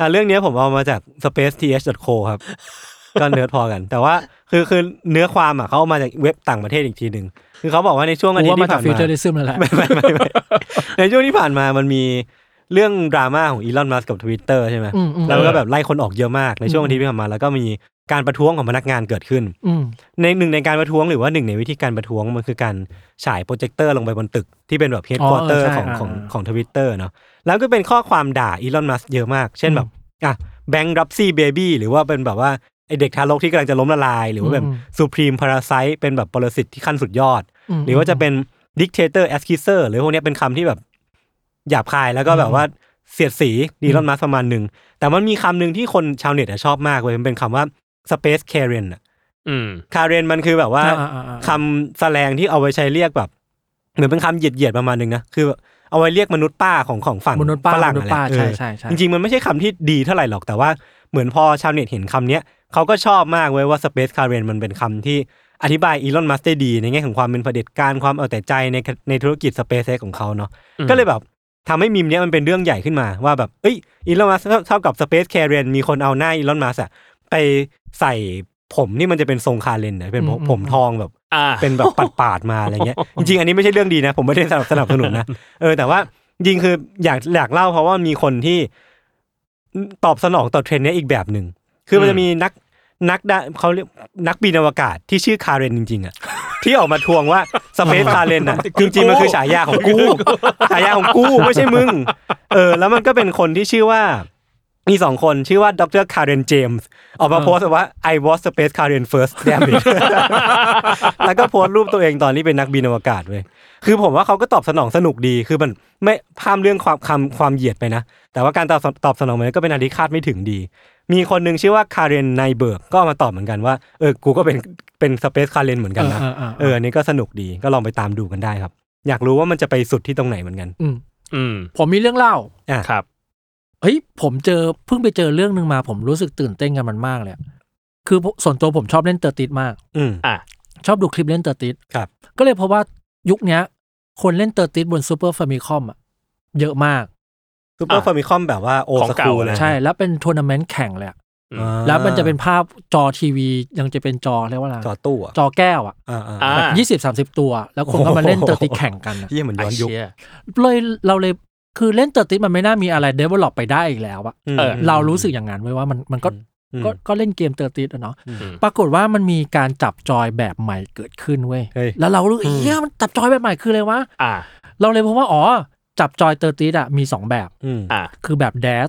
Speaker 3: อ่ะเรื่องเนี้ยผมเอามาจาก spaceth.co ครับ ก็เนื้อพอกัน แต่ว่าคือคือเนื้อความอ่ะเขาเอามาจากเว็บต่างประเทศอีกทีหนึ่งคือเขาบอกว่าในช่วงอา
Speaker 4: กู
Speaker 3: ทิตย์
Speaker 4: ว่ามา
Speaker 3: ที่
Speaker 4: จาก
Speaker 3: ผ่าน
Speaker 4: ฟิว
Speaker 3: มา
Speaker 4: เจอริซึมแล้วแหละ
Speaker 3: ไม่ไม่ไม่ไม่ในช่วงที่ผ่านมามันมีเรื่องดราม่าของอีลอนมัสกับทวิตเตอร์ใช่ไหม
Speaker 4: อืมอืม
Speaker 3: แล้วก็แบบไล่คนออกเยอะมากในช่วงอาทิตย์ที่ผ่านมาแล้วก็มีการประท้วงของพนักงานเกิดขึ้น
Speaker 4: อืม
Speaker 3: ในหนึ่งในการประท้วงหรือว่าหนึ่งในวิธีการประท้วงมันคือการฉายโปรเจคเตอร์ลงไปบนตึกที่เป็นแบบเฮดค q อเตอร์ของของของทวิตเตอร์เนาะแล้วก็เป็นข้อความด่าอีลอนมัสเยอะมาก เช่นแบบอ่ะแบงค์รับซี่เบบี้หรือว่าเป็นแบบว่าไอเด็กทารกที่กำลังจะล้มละลาย หรือว่าแบบซูพรีมพาราไซเป็นแบบปรสิตที่ขั้นสุดยอด
Speaker 4: ม
Speaker 3: หรือว่าจะเป็นดิกเตอร์แอสคิเซอร์หรือพวกเนี้ยเป็นคำที่แบบหยาบคายแล้วก็แบบว่าเสียดสีอีลอนมัสประมาณหนึ่งแต่มันมีคำหนึ่งที่คนชาวเน็ตอะชอบมากเว้ยมันเป็นคำว่า space Karen อะ
Speaker 2: อืม
Speaker 3: คาเรนมันคือแบบว่า
Speaker 4: อ่อ่อ่อ่
Speaker 3: คำแสแลงที่เอาไว้ใช้เรียกแบบเหมือนเป็นคำเหยียดๆประมาณหนึงนะคือเอาไว้เรียกมนุษย์ป้าของของฝั่ง
Speaker 4: มนุษย์ป้า
Speaker 3: ฝรั่ง
Speaker 4: มนุษย์ป้า
Speaker 3: อะไร
Speaker 4: ใช่
Speaker 3: เออ
Speaker 4: ใช่ใช่
Speaker 3: จริงๆ มันไม่ใช่คำที่ดีเท่าไหร่หรอกแต่ว่าเหมือนพอชาวเน็ตเห็นคำเนี้ยเขาก็ชอบมากเว้ยว่าสเปซคาเรนมันเป็นคำที่อธิบายอีลอนมัสได้ดี ในแง่ของความเป็นเผด็จการความเอาแต่ใจในในธุรกิจสเปซเอ็ของเขาเนาะ
Speaker 2: อืม
Speaker 3: ก็เลยแบบทำให้มีมเนี้ยมันเป็นเรื่องใหญ่ขึ้นมาว่าแบบเอ้ยอีลอนมัสเท่ากับสเปซคาเรนมีคนเอาหน้าอีลอนมัสอะ ไปใส่ผมนี่มันจะเป็นทรงคาเลนนะเป็นผม
Speaker 4: อืม
Speaker 3: ผมทองแบบ
Speaker 2: อ่า
Speaker 3: เป็นแบบปาดๆมาอะไรเงี้ย จริงๆ อันนี้ไม่ใช่เรื่องดีนะ ผมไม่ได้สนับสนับสนุน นะเออแต่ว่าจริงคืออยากอยากเล่าเพราะว่ามีคนที่ตอบสนองต่อเทรนด์เนี้ยอีกแบบหนึ่งคือมัน
Speaker 2: อืม
Speaker 3: จะมีนักนักดะเขาเรียกนักบินอวกาศที่ชื่อคาเรนจริงๆอ่ะ ที่ออกมาทวงว่าสเปซคาเรนอ่ะจริงๆมันคือฉายาของกูฉายาของกูไม่ใช่มึง เออ แล้วมันก็เป็นคนที่ชื่อว่า มีสองคนชื่อว่าดรคาร์เรนเจมส์ออกมาโพสต์ว่า I was space Karen first damn it แล้วก็โพสต์รูปตัวเองตอนที่เป็นนักบินอวกาศเว้ยคือผมว่าเขาก็ตอบสนองสนุกดีคือมันไม่ข้ามเรื่องความคำความเหยียดไปนะ แต่ว่าการตอบสตอบสนองมันก็เป็นอะไรที่คาดไม่ถึงดี มีคนหนึ่งชื่อว่าคาร์เรนไนเบิร์กก็เอามาตอบเหมือนกันว่าเออกูก็เป็นเป็นสเปซคาร์เรนเหมือนกันนะ
Speaker 4: าา
Speaker 3: เอออันนี้ก็สนุกดีก็ลองไปตามดูกันได้ครับ อยากรู้ว่ามันจะไปสุดที่ตรงไหนเหมือนกัน
Speaker 4: อืม
Speaker 2: อืม
Speaker 4: ผมมีเรื่องเล่า
Speaker 3: อ่ะ
Speaker 2: ครับ
Speaker 4: เฮ้ยผมเจอเพิ่งไปเจอเรื่องหนึ่งมา ผมรู้สึกตื่นเต้นกับมันมากเลยอะคือผมส่วนตัวผมชอบเล่นเตอร์ติดมาก
Speaker 3: อืม
Speaker 2: อ่ะ
Speaker 4: ชอบดูคลิปเล่นเตอร์ติด
Speaker 3: ครับ
Speaker 4: ก็เลยเพราะว่ายุคเนี้ย คนเล่นเตอร์ติดบนซูเปอร์ฟามิคอมอะเยอะมาก
Speaker 3: ซูเปอร์
Speaker 2: อ่ะ
Speaker 3: ฟามิคอมแบบว่าโอ
Speaker 2: ของ
Speaker 3: ส
Speaker 2: เก่า
Speaker 3: คูล
Speaker 2: นะ
Speaker 3: นะ
Speaker 4: ใช่ แล้วเป็นทัวร์นาเมนต์แข่งเลยอะ
Speaker 2: อืม
Speaker 3: อ่า
Speaker 4: แล้วมันจะเป็นภาพจอทีวียังจะเป็นจอเรียกว่าอะไร
Speaker 3: จอตู้อะ
Speaker 4: จอแก้วอะ
Speaker 3: อ่าอ่า
Speaker 2: อ่า
Speaker 4: แบบยี่สิบสามสิบตัว แล้วคนก็มาเล่นเตอร์ติดแข่งกันอะ
Speaker 3: เหี่เหมือนย้อนยุค
Speaker 2: ไเชี่
Speaker 4: เลยเราเลยคือเล่นเตอร์ติสมันไม่น่ามีอะไรเดเวลลอปไปได้อีกแล้วอะ
Speaker 3: ม
Speaker 2: เออ
Speaker 3: ม
Speaker 4: เรารู้สึกอย่างนั้นไว้ยว่ามันมันก็
Speaker 3: อืม
Speaker 4: ก็ก็เล่นเกมเตอร์ติสอะเนาะ
Speaker 3: อืม
Speaker 2: อืม
Speaker 4: ปรากฏว่ามันมีการจับจอยแบบใหม่เกิดขึ้นเว้ย
Speaker 3: เฮ้ย
Speaker 4: แล้วเรารู้
Speaker 3: อืม
Speaker 4: เฮียมันจับจอยแบบใหม่คืออะไรวะ
Speaker 2: อ่ะ
Speaker 4: เราเลยพบว่าอ๋อจับจอยเตอร์ติสอะมีสองแบบ
Speaker 3: อืม
Speaker 2: อ่ะ
Speaker 4: คือแบบแดด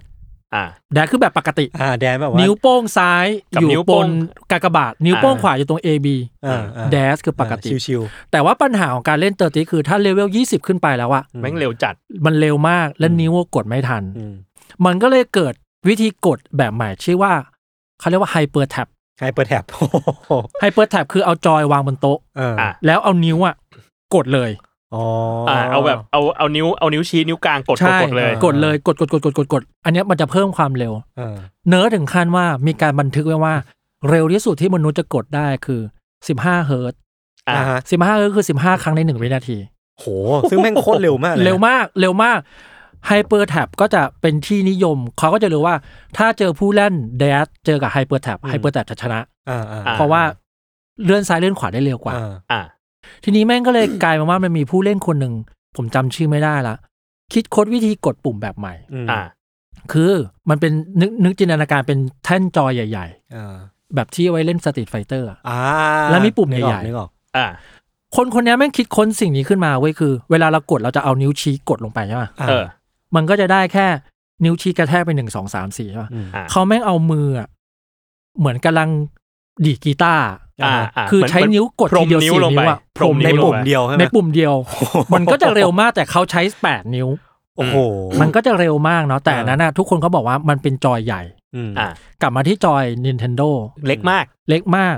Speaker 2: อ่ะ
Speaker 4: แดดคือแบบปกติ
Speaker 3: อ่าแดนแบบว่า
Speaker 4: นิ้
Speaker 3: นิ้
Speaker 4: วโป้งซ้าย
Speaker 2: กับ
Speaker 4: อยู่
Speaker 2: นิ้ว
Speaker 4: บ
Speaker 2: โป้ง
Speaker 4: นกากบาทนิ้วโป้ง
Speaker 2: อ่า
Speaker 4: ขวาอยู่ตรง AB แดดคือปกติ
Speaker 3: ชิว
Speaker 4: แต่ว่าปัญหาของการเล่นเตอร์ติสคือถ้าเลเวล20 ขึ้นไปแล้วอะ
Speaker 3: ๆ
Speaker 2: แม่งเร็วจัด
Speaker 4: มันเร็วมากและนิ้วก็กดไม่ทัน มันก็เลยเกิดวิธีกดแบบใหม่ชื่อว่าเขาเรียกว่าไฮเปอร์แท็บ
Speaker 3: ไฮเปอร์แท็บ โอ้โห
Speaker 4: ไฮเปอร์แท็บคือเอาจอยวางบนโต๊ะ
Speaker 3: เออ
Speaker 2: อ่ะ
Speaker 4: แล้วเอานิ้วอะกดเลย
Speaker 3: อ๋อ
Speaker 2: อ่ะ
Speaker 3: อ่า
Speaker 2: เอาแบบเอาเอานิ้วเอานิ้วชี้นิ้วกลางกดกด
Speaker 4: ใช่
Speaker 2: กดเลย
Speaker 3: อ่า
Speaker 4: กดเลยกดกดกดกดกดกดอันเนี้ยมันจะเพิ่มความเร็ว
Speaker 3: เออ
Speaker 4: เนื้อถึงขั้นว่ามีการบันทึกไว้ว่า เร็วที่สุดที่มนุษย์จะกดได้คือ 15 เฮิร์ตซ์
Speaker 2: อ่ะ
Speaker 3: อ่าฮะ
Speaker 4: 15เฮิร์ตซ์คือ 15 ครั้งใน 1 วินาที
Speaker 3: โหซึ่งแม่งโคตรเร็วมากเลยนะ
Speaker 4: เร็วมากเร็วมากไฮเปอร์แท็บก็จะเป็นที่นิยม เขาก็จะรู้ว่าถ้าเจอผู้เล่นเดสเจอกับไฮเปอร์แท็บไฮเปอร์แท็บจะชนะ
Speaker 3: อ่าอ่า
Speaker 4: เพราะว่าเลื่อนซ้ายเลื่อนขวาได้เร็วกว่า
Speaker 3: อ่า
Speaker 2: อ่ะ
Speaker 4: ทีนี้แม่งก็เลย กลายมาว่ามันมีผู้เล่นคนหนึ่ง ผมจำชื่อไม่ได้ละ คิดค้นวิธีกดปุ่มแบบใหม่
Speaker 3: อืม
Speaker 2: อ่ะ
Speaker 4: คือมันเป็นนึกนึกจินตนาการเป็นแท่นจอใหญ่
Speaker 3: อ่า
Speaker 4: ๆ แบบที่เอาไว้เล่นสตรีทไฟเตอร์
Speaker 3: อ่า
Speaker 4: แล้วมีปุ่มใหญ่ๆ
Speaker 3: นึกออก
Speaker 2: อ่ะ
Speaker 4: คนคนเนี้ยแม่งคิดค้นสิ่งนี้ขึ้นมาเว้ยคือ เวลาเรากดเราจะเอานิ้วชี้กดลงไปใช่ป่ะ
Speaker 3: อ่า
Speaker 2: เออ
Speaker 4: มันก็จะได้แค่นิ้วชี้กระแทกไปหนึ่งสองสามสี่ใช่ป่ะ
Speaker 3: ม
Speaker 2: อ่ะ
Speaker 4: เขาแม่งเอามืออะเหมือนกำลังดีดกีตาร์
Speaker 2: อ่ะะ
Speaker 4: คือ
Speaker 2: เหมืน
Speaker 4: ใช้นิ้วกด
Speaker 2: พรม
Speaker 4: ทีเดียว
Speaker 2: นิ้ว
Speaker 4: สี่
Speaker 2: ลงไป
Speaker 4: นิ้วอะ
Speaker 2: พรม
Speaker 4: พรม
Speaker 3: ใน
Speaker 2: นิ้วล
Speaker 3: ปุ่
Speaker 2: ง
Speaker 3: ม
Speaker 2: ไป
Speaker 3: เดียวใช่ไหม
Speaker 4: ในปุ่มเดียว มันก็จะเร็วมากแต่เขาใช้แปดนิ้ว
Speaker 3: โอ้โห
Speaker 4: มันก็จะเร็วมากเนาะแต่
Speaker 3: อ่า
Speaker 4: อันนั้นนะทุกคนเขาบอกว่ามันเป็นจอยใหญ่
Speaker 3: อืม
Speaker 2: อ่ะ
Speaker 4: กลับมาที่จอย Nintendo
Speaker 2: เล็กมาก
Speaker 4: เล็กมาก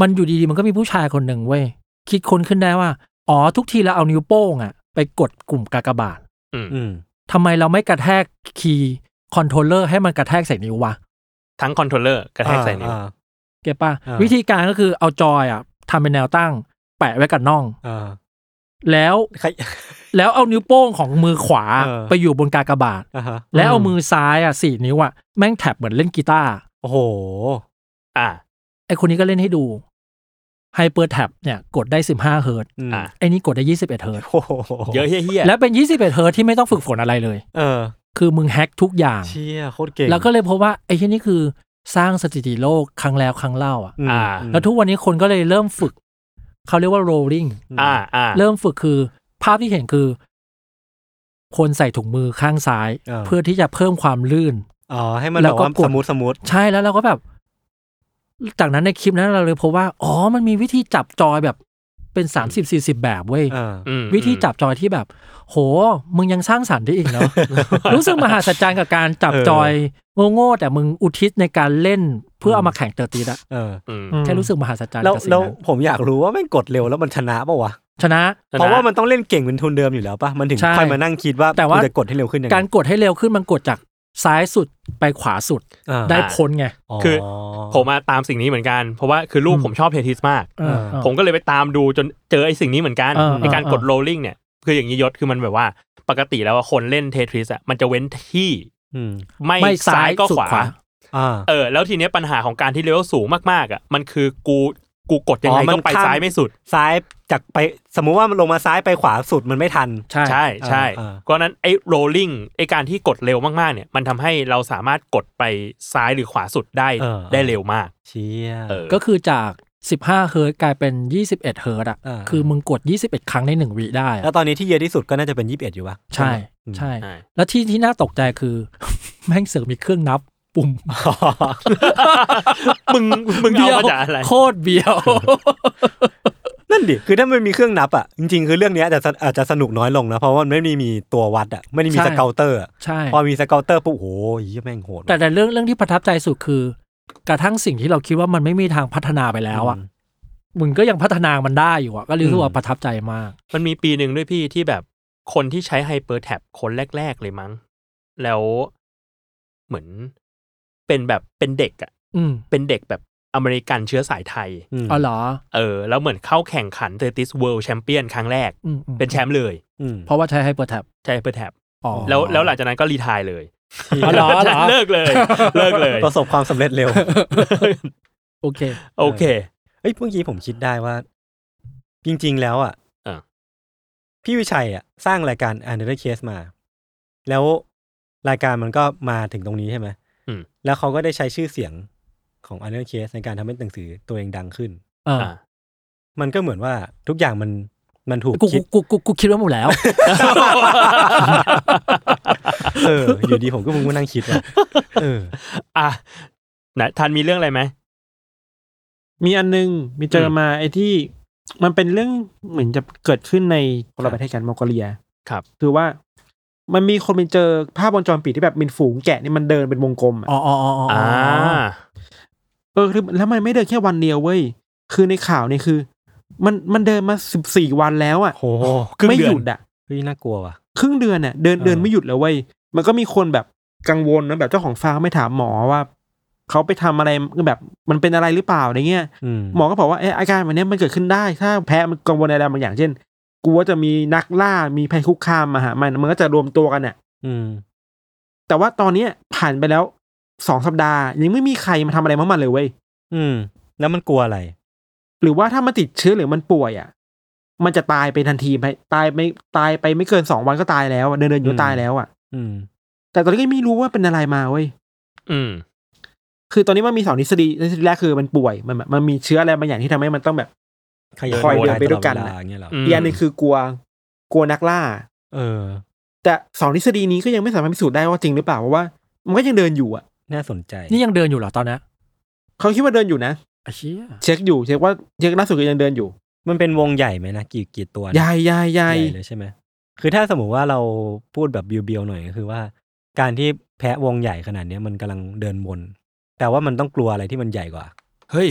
Speaker 4: มันอยู่ดีๆ มันก็มีผู้ชายคนหนึ่งเว้ย คิดค้นขึ้นได้ว่า อ๋อ ทุกทีเราเอานิ้วโป้งอะไปกดกลุ่มกากบาท
Speaker 2: อืม
Speaker 3: อืม
Speaker 4: ทำไมเราไม่กระแทกคีย์คอนโทรลเลอร์ให้มันกระแทกใส่นิ้ววะ
Speaker 2: ทั้งคอนโทรลเลอร์กระแทกใส่นิ้ว
Speaker 4: เก็บป่ะ
Speaker 3: อ่า
Speaker 4: วิธีการก็คือเอาจอยอะทำเป็นแนวตั้ง แปะไว้กับน่อง
Speaker 3: อ่า
Speaker 4: แล้ว
Speaker 3: ใคร
Speaker 4: แล้วเอานิ้วโป้งของมือขวา
Speaker 3: เออ
Speaker 4: ไปอยู่บนกากบาท
Speaker 3: อ่าฮะ
Speaker 4: แล้วเอามือซ้ายอ่ะสี่นิ้วอ่ะแม่งแถบเหมือนเล่นกีตาร์
Speaker 3: โอ้โห
Speaker 2: อ่ะ
Speaker 4: ไอคนนี้ก็เล่นให้ดูไฮเปอร์แท็บเนี่ยกดได้สิบห้าเฮิร์ตซ์
Speaker 3: อืม
Speaker 2: อ่ะ
Speaker 4: ไอนี้กดได้ยี่สิบเอ็ดเฮิร์ตซ์
Speaker 3: โอ้โห
Speaker 2: เยอะเฮี้ยๆ
Speaker 4: และเป็นยี่สิบเอ็ดเฮิร์ตซ์ที่ไม่ต้องฝึกฝนอะไรเลย
Speaker 3: เออ
Speaker 4: คือมึงแฮ็กทุกอย่าง
Speaker 3: เชี่ยโคตรเก่ง
Speaker 4: แล้วก็เลยพบว่าไอที่นี่คือสร้างสถิติโลกครั้งแล้วครั้งเล่าอ่ะ
Speaker 3: ม
Speaker 2: อ่า
Speaker 3: ม
Speaker 4: แล้วทุกวันนี้คนก็เลยเริ่มฝึก เขาเรียกว่า rolling
Speaker 2: อ่ะอ่ะ
Speaker 4: เริ่มฝึกคือ ภาพที่เห็นคือ คนใส่ถุงมือข้างซ้าย เพื่อที่จะเพิ่มความลื่น
Speaker 3: อ๋อ ให้มัน
Speaker 4: แล้
Speaker 3: แบ
Speaker 4: ว
Speaker 3: บ
Speaker 4: ก็
Speaker 3: ว่ากส
Speaker 4: ด
Speaker 3: มูทสมูท
Speaker 4: ใช่แล้วเราก็แบบ จากนั้นในคลิปนั้นเราเลยพบว่า อ๋อ มันมีวิธีจับจอยแบบเป็นสามสิบสี่สิบแบบเว้ย
Speaker 3: อ่า
Speaker 2: อืม
Speaker 4: วิธีจับจอยที่แบบ โห มึงยังสร้างสรรค์ได้อีกเนาะ รู้สึกมหาสัจจรรย์กับการจับจอยโง่ๆแต่มึงอุทิศในการเล่นเพื่อเอามาแข่งเตอร์ตีดอะ
Speaker 3: เออ
Speaker 2: อืม
Speaker 4: แค่รู้สึกมหาสัจจรรย์
Speaker 3: แล้ว
Speaker 4: กับสิ่ง
Speaker 3: แล้ว
Speaker 4: นั้น
Speaker 3: ผมอยากรู้ว่าแม่งกดเร็วแล้วมันชนะปะวะ
Speaker 4: ชนะ
Speaker 2: ชนะ
Speaker 3: เพราะว่ามันต้องเล่นเก่งเป็นทุนเดิมอยู่แล้วปะมันถึง
Speaker 4: ใช่
Speaker 3: ค่อยมานั่งคิดว่า
Speaker 4: แต่ว่า
Speaker 3: กูจะกดให้เร็วขึ้นยังไง
Speaker 4: การกดให้เร็วขึ้นมันกดจากซ้ายสุดไปขวาสุด
Speaker 3: อ่า
Speaker 4: ได้พ้นไง
Speaker 2: คือ ผมมาตามสิ่งนี้เหมือนกัน เพราะว่าคือลูก
Speaker 4: อืม
Speaker 2: ผมชอบเททิสมาก
Speaker 4: เออเออ
Speaker 2: ผมก็เลยไปตามดูจนเจอไอ้สิ่งนี้เหมือนกัน
Speaker 4: เออ
Speaker 2: ในการ
Speaker 4: เออ
Speaker 2: กดโรลลิ่งเนี่ย คืออย่างนี้ยศคือมันแบบว่า ปกติแล้วอะคนเล่นเททริสอ่ะมันจะเว้นที่
Speaker 3: อืม
Speaker 2: ไม่
Speaker 4: ไม่ซ้า
Speaker 2: ซ้าย ยก็
Speaker 4: สุด
Speaker 2: ขวา
Speaker 4: ขวา
Speaker 3: อ่า
Speaker 2: เออ แล้วทีเนี้ยปัญหาของการที่เลเวลสูงมากๆอ่ะมันคือกูกูกดยังไง
Speaker 3: อ๋อมั
Speaker 2: ก็
Speaker 3: น
Speaker 2: ไป
Speaker 3: ข้าม
Speaker 2: ซ้ายไม่สุด
Speaker 3: ซ้ายจากไปสมมุติว่ามันลงมาซ้ายไปขวาสุดมันไม่ทัน
Speaker 4: ใช่
Speaker 2: ใช่ใช่
Speaker 3: อ่าอ่า
Speaker 2: เพราะฉะนั้นไอ้ rolling ไอ้การที่กดเร็วมากๆเนี่ย มันทำให้เราสามารถกดไปซ้ายหรือขวาสุดได้
Speaker 3: เออ
Speaker 2: ได้เร็วมาก
Speaker 3: เชี่ย
Speaker 2: เออ
Speaker 4: ก็คือจาก 15เฮิร์ตซ์กลายเป็น 21เฮิร์ตซ์อ่ะ
Speaker 3: อ่า
Speaker 4: คือมึงกด 21 ครั้งใน 1วิได้อะ
Speaker 3: แล้วตอนนี้ที่เยอะที่สุดก็น่าจะเป็นยี่สิบเอ็ดอยู่ปะ
Speaker 4: ใช่ใช่
Speaker 2: ใช่
Speaker 4: แล้วที่ที่น่าตกใจคือ แม่งเสือกมีเครื่องนับปุ่ม
Speaker 2: มึงมึงเอา
Speaker 4: บี้ยว
Speaker 2: มาจากอะไร
Speaker 4: โคตรเบียว
Speaker 3: นั่นดิคือถ้ามันมีเครื่องนับอ่ะจริงๆคือเรื่องเนี้ยอาจจะอาจจะสนุกน้อยลงนะเพราะว่ามันไม่ได้มีตัววัดอ่ะไม่ได้มี
Speaker 4: ใช่
Speaker 3: สเกลเตอร์อะ
Speaker 4: ใช่
Speaker 3: พอมีสเกลเตอร์ปุ๊บโอ้โหเหี้ยแม่งโหดว่ะ
Speaker 4: แต่แต่เรื่องเรื่องที่ประทับใจสุดคือ กระทั่งสิ่งที่เราคิดว่ามันไม่มีทางพัฒนาไปแล้วอ่ะมึงก็ยังพัฒนามันได้อยู่อ่ะก็รู้สึกว่าประทับใจมาก
Speaker 2: มันมีปีหนึ่งด้วยพี่ที่แบบคนที่ใช้ไฮเปอร์แท็บคนแรก ๆ เลยมั้ง แล้วเหมือนเป็นแบบเป็นเด็กอะ
Speaker 4: อืม
Speaker 2: เป็นเด็กแบบอเมริกันเชื้อสายไทย
Speaker 3: ม
Speaker 4: อ๋อเหรอ
Speaker 2: เออ แล้วเหมือนเข้าแข่งขันเตอร์ติสเวิลด์แชมเปี้ยนครั้งแรก
Speaker 4: อืมอืม
Speaker 2: เป็นแชมป์เลย
Speaker 3: อืม
Speaker 4: เพราะว่าใช้ไฮเปอร์แท็บ
Speaker 2: ใช้ไฮเปอร์แท็บ
Speaker 4: อ๋อ
Speaker 2: แล้วแล้วหลังจากนั้นก็รีไทายเลย
Speaker 4: อ๋อเหรอเหรอ
Speaker 2: เลิกเลย เลิก เลย
Speaker 3: ประสบความสำเร็จเร็ว
Speaker 4: โอเค
Speaker 2: โอเค
Speaker 3: เอ้ยเมื่อกี้ผมคิดได้ว่า จริง ๆ แล้วอ่ะ
Speaker 2: อ่ะ
Speaker 3: พี่วิชัยอ่ะสร้างรายการ u n d e r Case มา แล้วรายการมันก็มาถึงตรงนี้ใช่ไหม
Speaker 2: อืม
Speaker 3: แล้วเขาก็ได้ใช้ชื่อเสียงของ u n d e r Case ในการทำให้หนังสือตัวเองดังขึ้น
Speaker 4: เออ
Speaker 2: อ่ะ
Speaker 3: มันก็เหมือนว่าทุกอย่างมันมันถูก
Speaker 4: กู
Speaker 3: คิด
Speaker 4: กูกูกูคิดว่าหมดแล้ว
Speaker 3: เออ อยู่ดีผมก็มึงมานั่งคิดว่าเออ
Speaker 2: อ่ะไหนทันมีเรื่องอะไรไหม
Speaker 1: มีอันนึงมีเจออ
Speaker 2: ม
Speaker 1: มาไอ้ที่มันเป็นเรื่องเหมือนจะเกิดขึ้นในคน
Speaker 2: ครั
Speaker 1: ละ
Speaker 2: บ
Speaker 1: ประเทศกันมองโกเลีย
Speaker 2: ครับ
Speaker 1: คือว่ามันมีคนไปเจอภาพวงจรปิดที่แบบมีฝูงแกะนี่มันเดินเป็นวงกลมอะ
Speaker 4: อ๋ออ๋ออ๋ออ๋ออ๋
Speaker 2: อ่า
Speaker 4: อ
Speaker 1: เออคือแล้วมันไม่เดินแค่วันเดียวเว้ยคือในข่าวเนี่ยคือ มันมันเดินมาสิบสี่วันแล้วอ่ะ
Speaker 3: โหครึ่ง
Speaker 1: ไม่
Speaker 3: เดือน
Speaker 1: หยุดอ่ะ
Speaker 3: เฮ้ยน่ากลัวว่ะ
Speaker 1: ครึ่งเดือนเนี่ยเดิน
Speaker 3: เออ
Speaker 1: เดินไม่หยุดเลยเว้ยมันก็มีคนแบบกังวลนะแบบเจ้าของฟาร์มไม่ถามหมอว่าเขาไปทำอะไรแบบมันเป็นอะไรหรือเปล่าอะไรเงี้ย
Speaker 3: อืม
Speaker 1: หมอก็บอกว่าเอออาการแบบเนี้ยมันเกิดขึ้นได้ ถ้าแพ้มันกังวลอะไรบางอย่างเช่นกลัวจะมีนักล่ามีภัยคุกคามมาหามันมันก็จะรวมตัวกันเนี่ย
Speaker 3: อืม
Speaker 1: แต่ว่าตอนเนี้ยผ่านไปแล้วสองสัปดาห์ ยังไม่มีใครมาทำอะไรมันมันเลยเว้ย
Speaker 3: อืม แล้วมันกลัวอะไร
Speaker 1: หรือว่าถ้ามันติดเชื้อหรือมันป่วยอ่ะมันจะตายไปทันทีไปตายไม่ตายไปไม่เกินสองวันก็ตายแล้วอะเดินเดินอยู่ก็ตายแล้วอ่ะ
Speaker 3: อืม
Speaker 1: แต่ตอนนี้ก็ยังไม่รู้ว่าเป็นอะไรมาเว้ย
Speaker 2: อืม
Speaker 1: คือตอนนี้มันมีสองทฤษฎีทฤษฎีแรกคือมันป่วยมันแบบมันมีเชื้ออะไรบางอย่างที่ทำให้มันต้องแบบ
Speaker 3: ขยัน
Speaker 1: คอยเดิ
Speaker 3: ต
Speaker 1: น
Speaker 3: ล
Speaker 1: ไปด้วยกัน
Speaker 3: เาอย่างเงี้ยเหรออ
Speaker 2: ม
Speaker 1: อีกอันหนึ่งคือกลัวกลัวนักล่า
Speaker 3: เออ
Speaker 1: แต่สองทฤษฎีนี้ก็ยังไม่สามารถพิสูจน์ได้ว่าจริงหรือเปล่าเพราะว่า มันก็ยังเดินอยู่อ่ะ
Speaker 3: น่าสนใจ
Speaker 4: นี่ยังเดินอยู่เหรอตอนเนี้ย
Speaker 1: เขาคิดว่าเดินอยู่นะ
Speaker 4: ไอ้เชี่ย
Speaker 1: เช็คอยู่เช็คว่าเช็คล่าสุดก็ยังเดินอยู่
Speaker 3: มันเป็นวงใหญ่ไหมนะกี่กี่ตัวนะ
Speaker 1: ใหญ่ใหญ่ใหญ่
Speaker 3: เลยใช่ไหมคือถ้าสมมติว่าเราพูดแบบเบียวๆหน่อยก็คือว่า การที่แพะวงใหญ่ขนาดเนี้ยมันกำลังเดินวนแต่ว่ามันต้องกลัวอะไรที่มันใหญ่กว่า
Speaker 2: เฮ้ย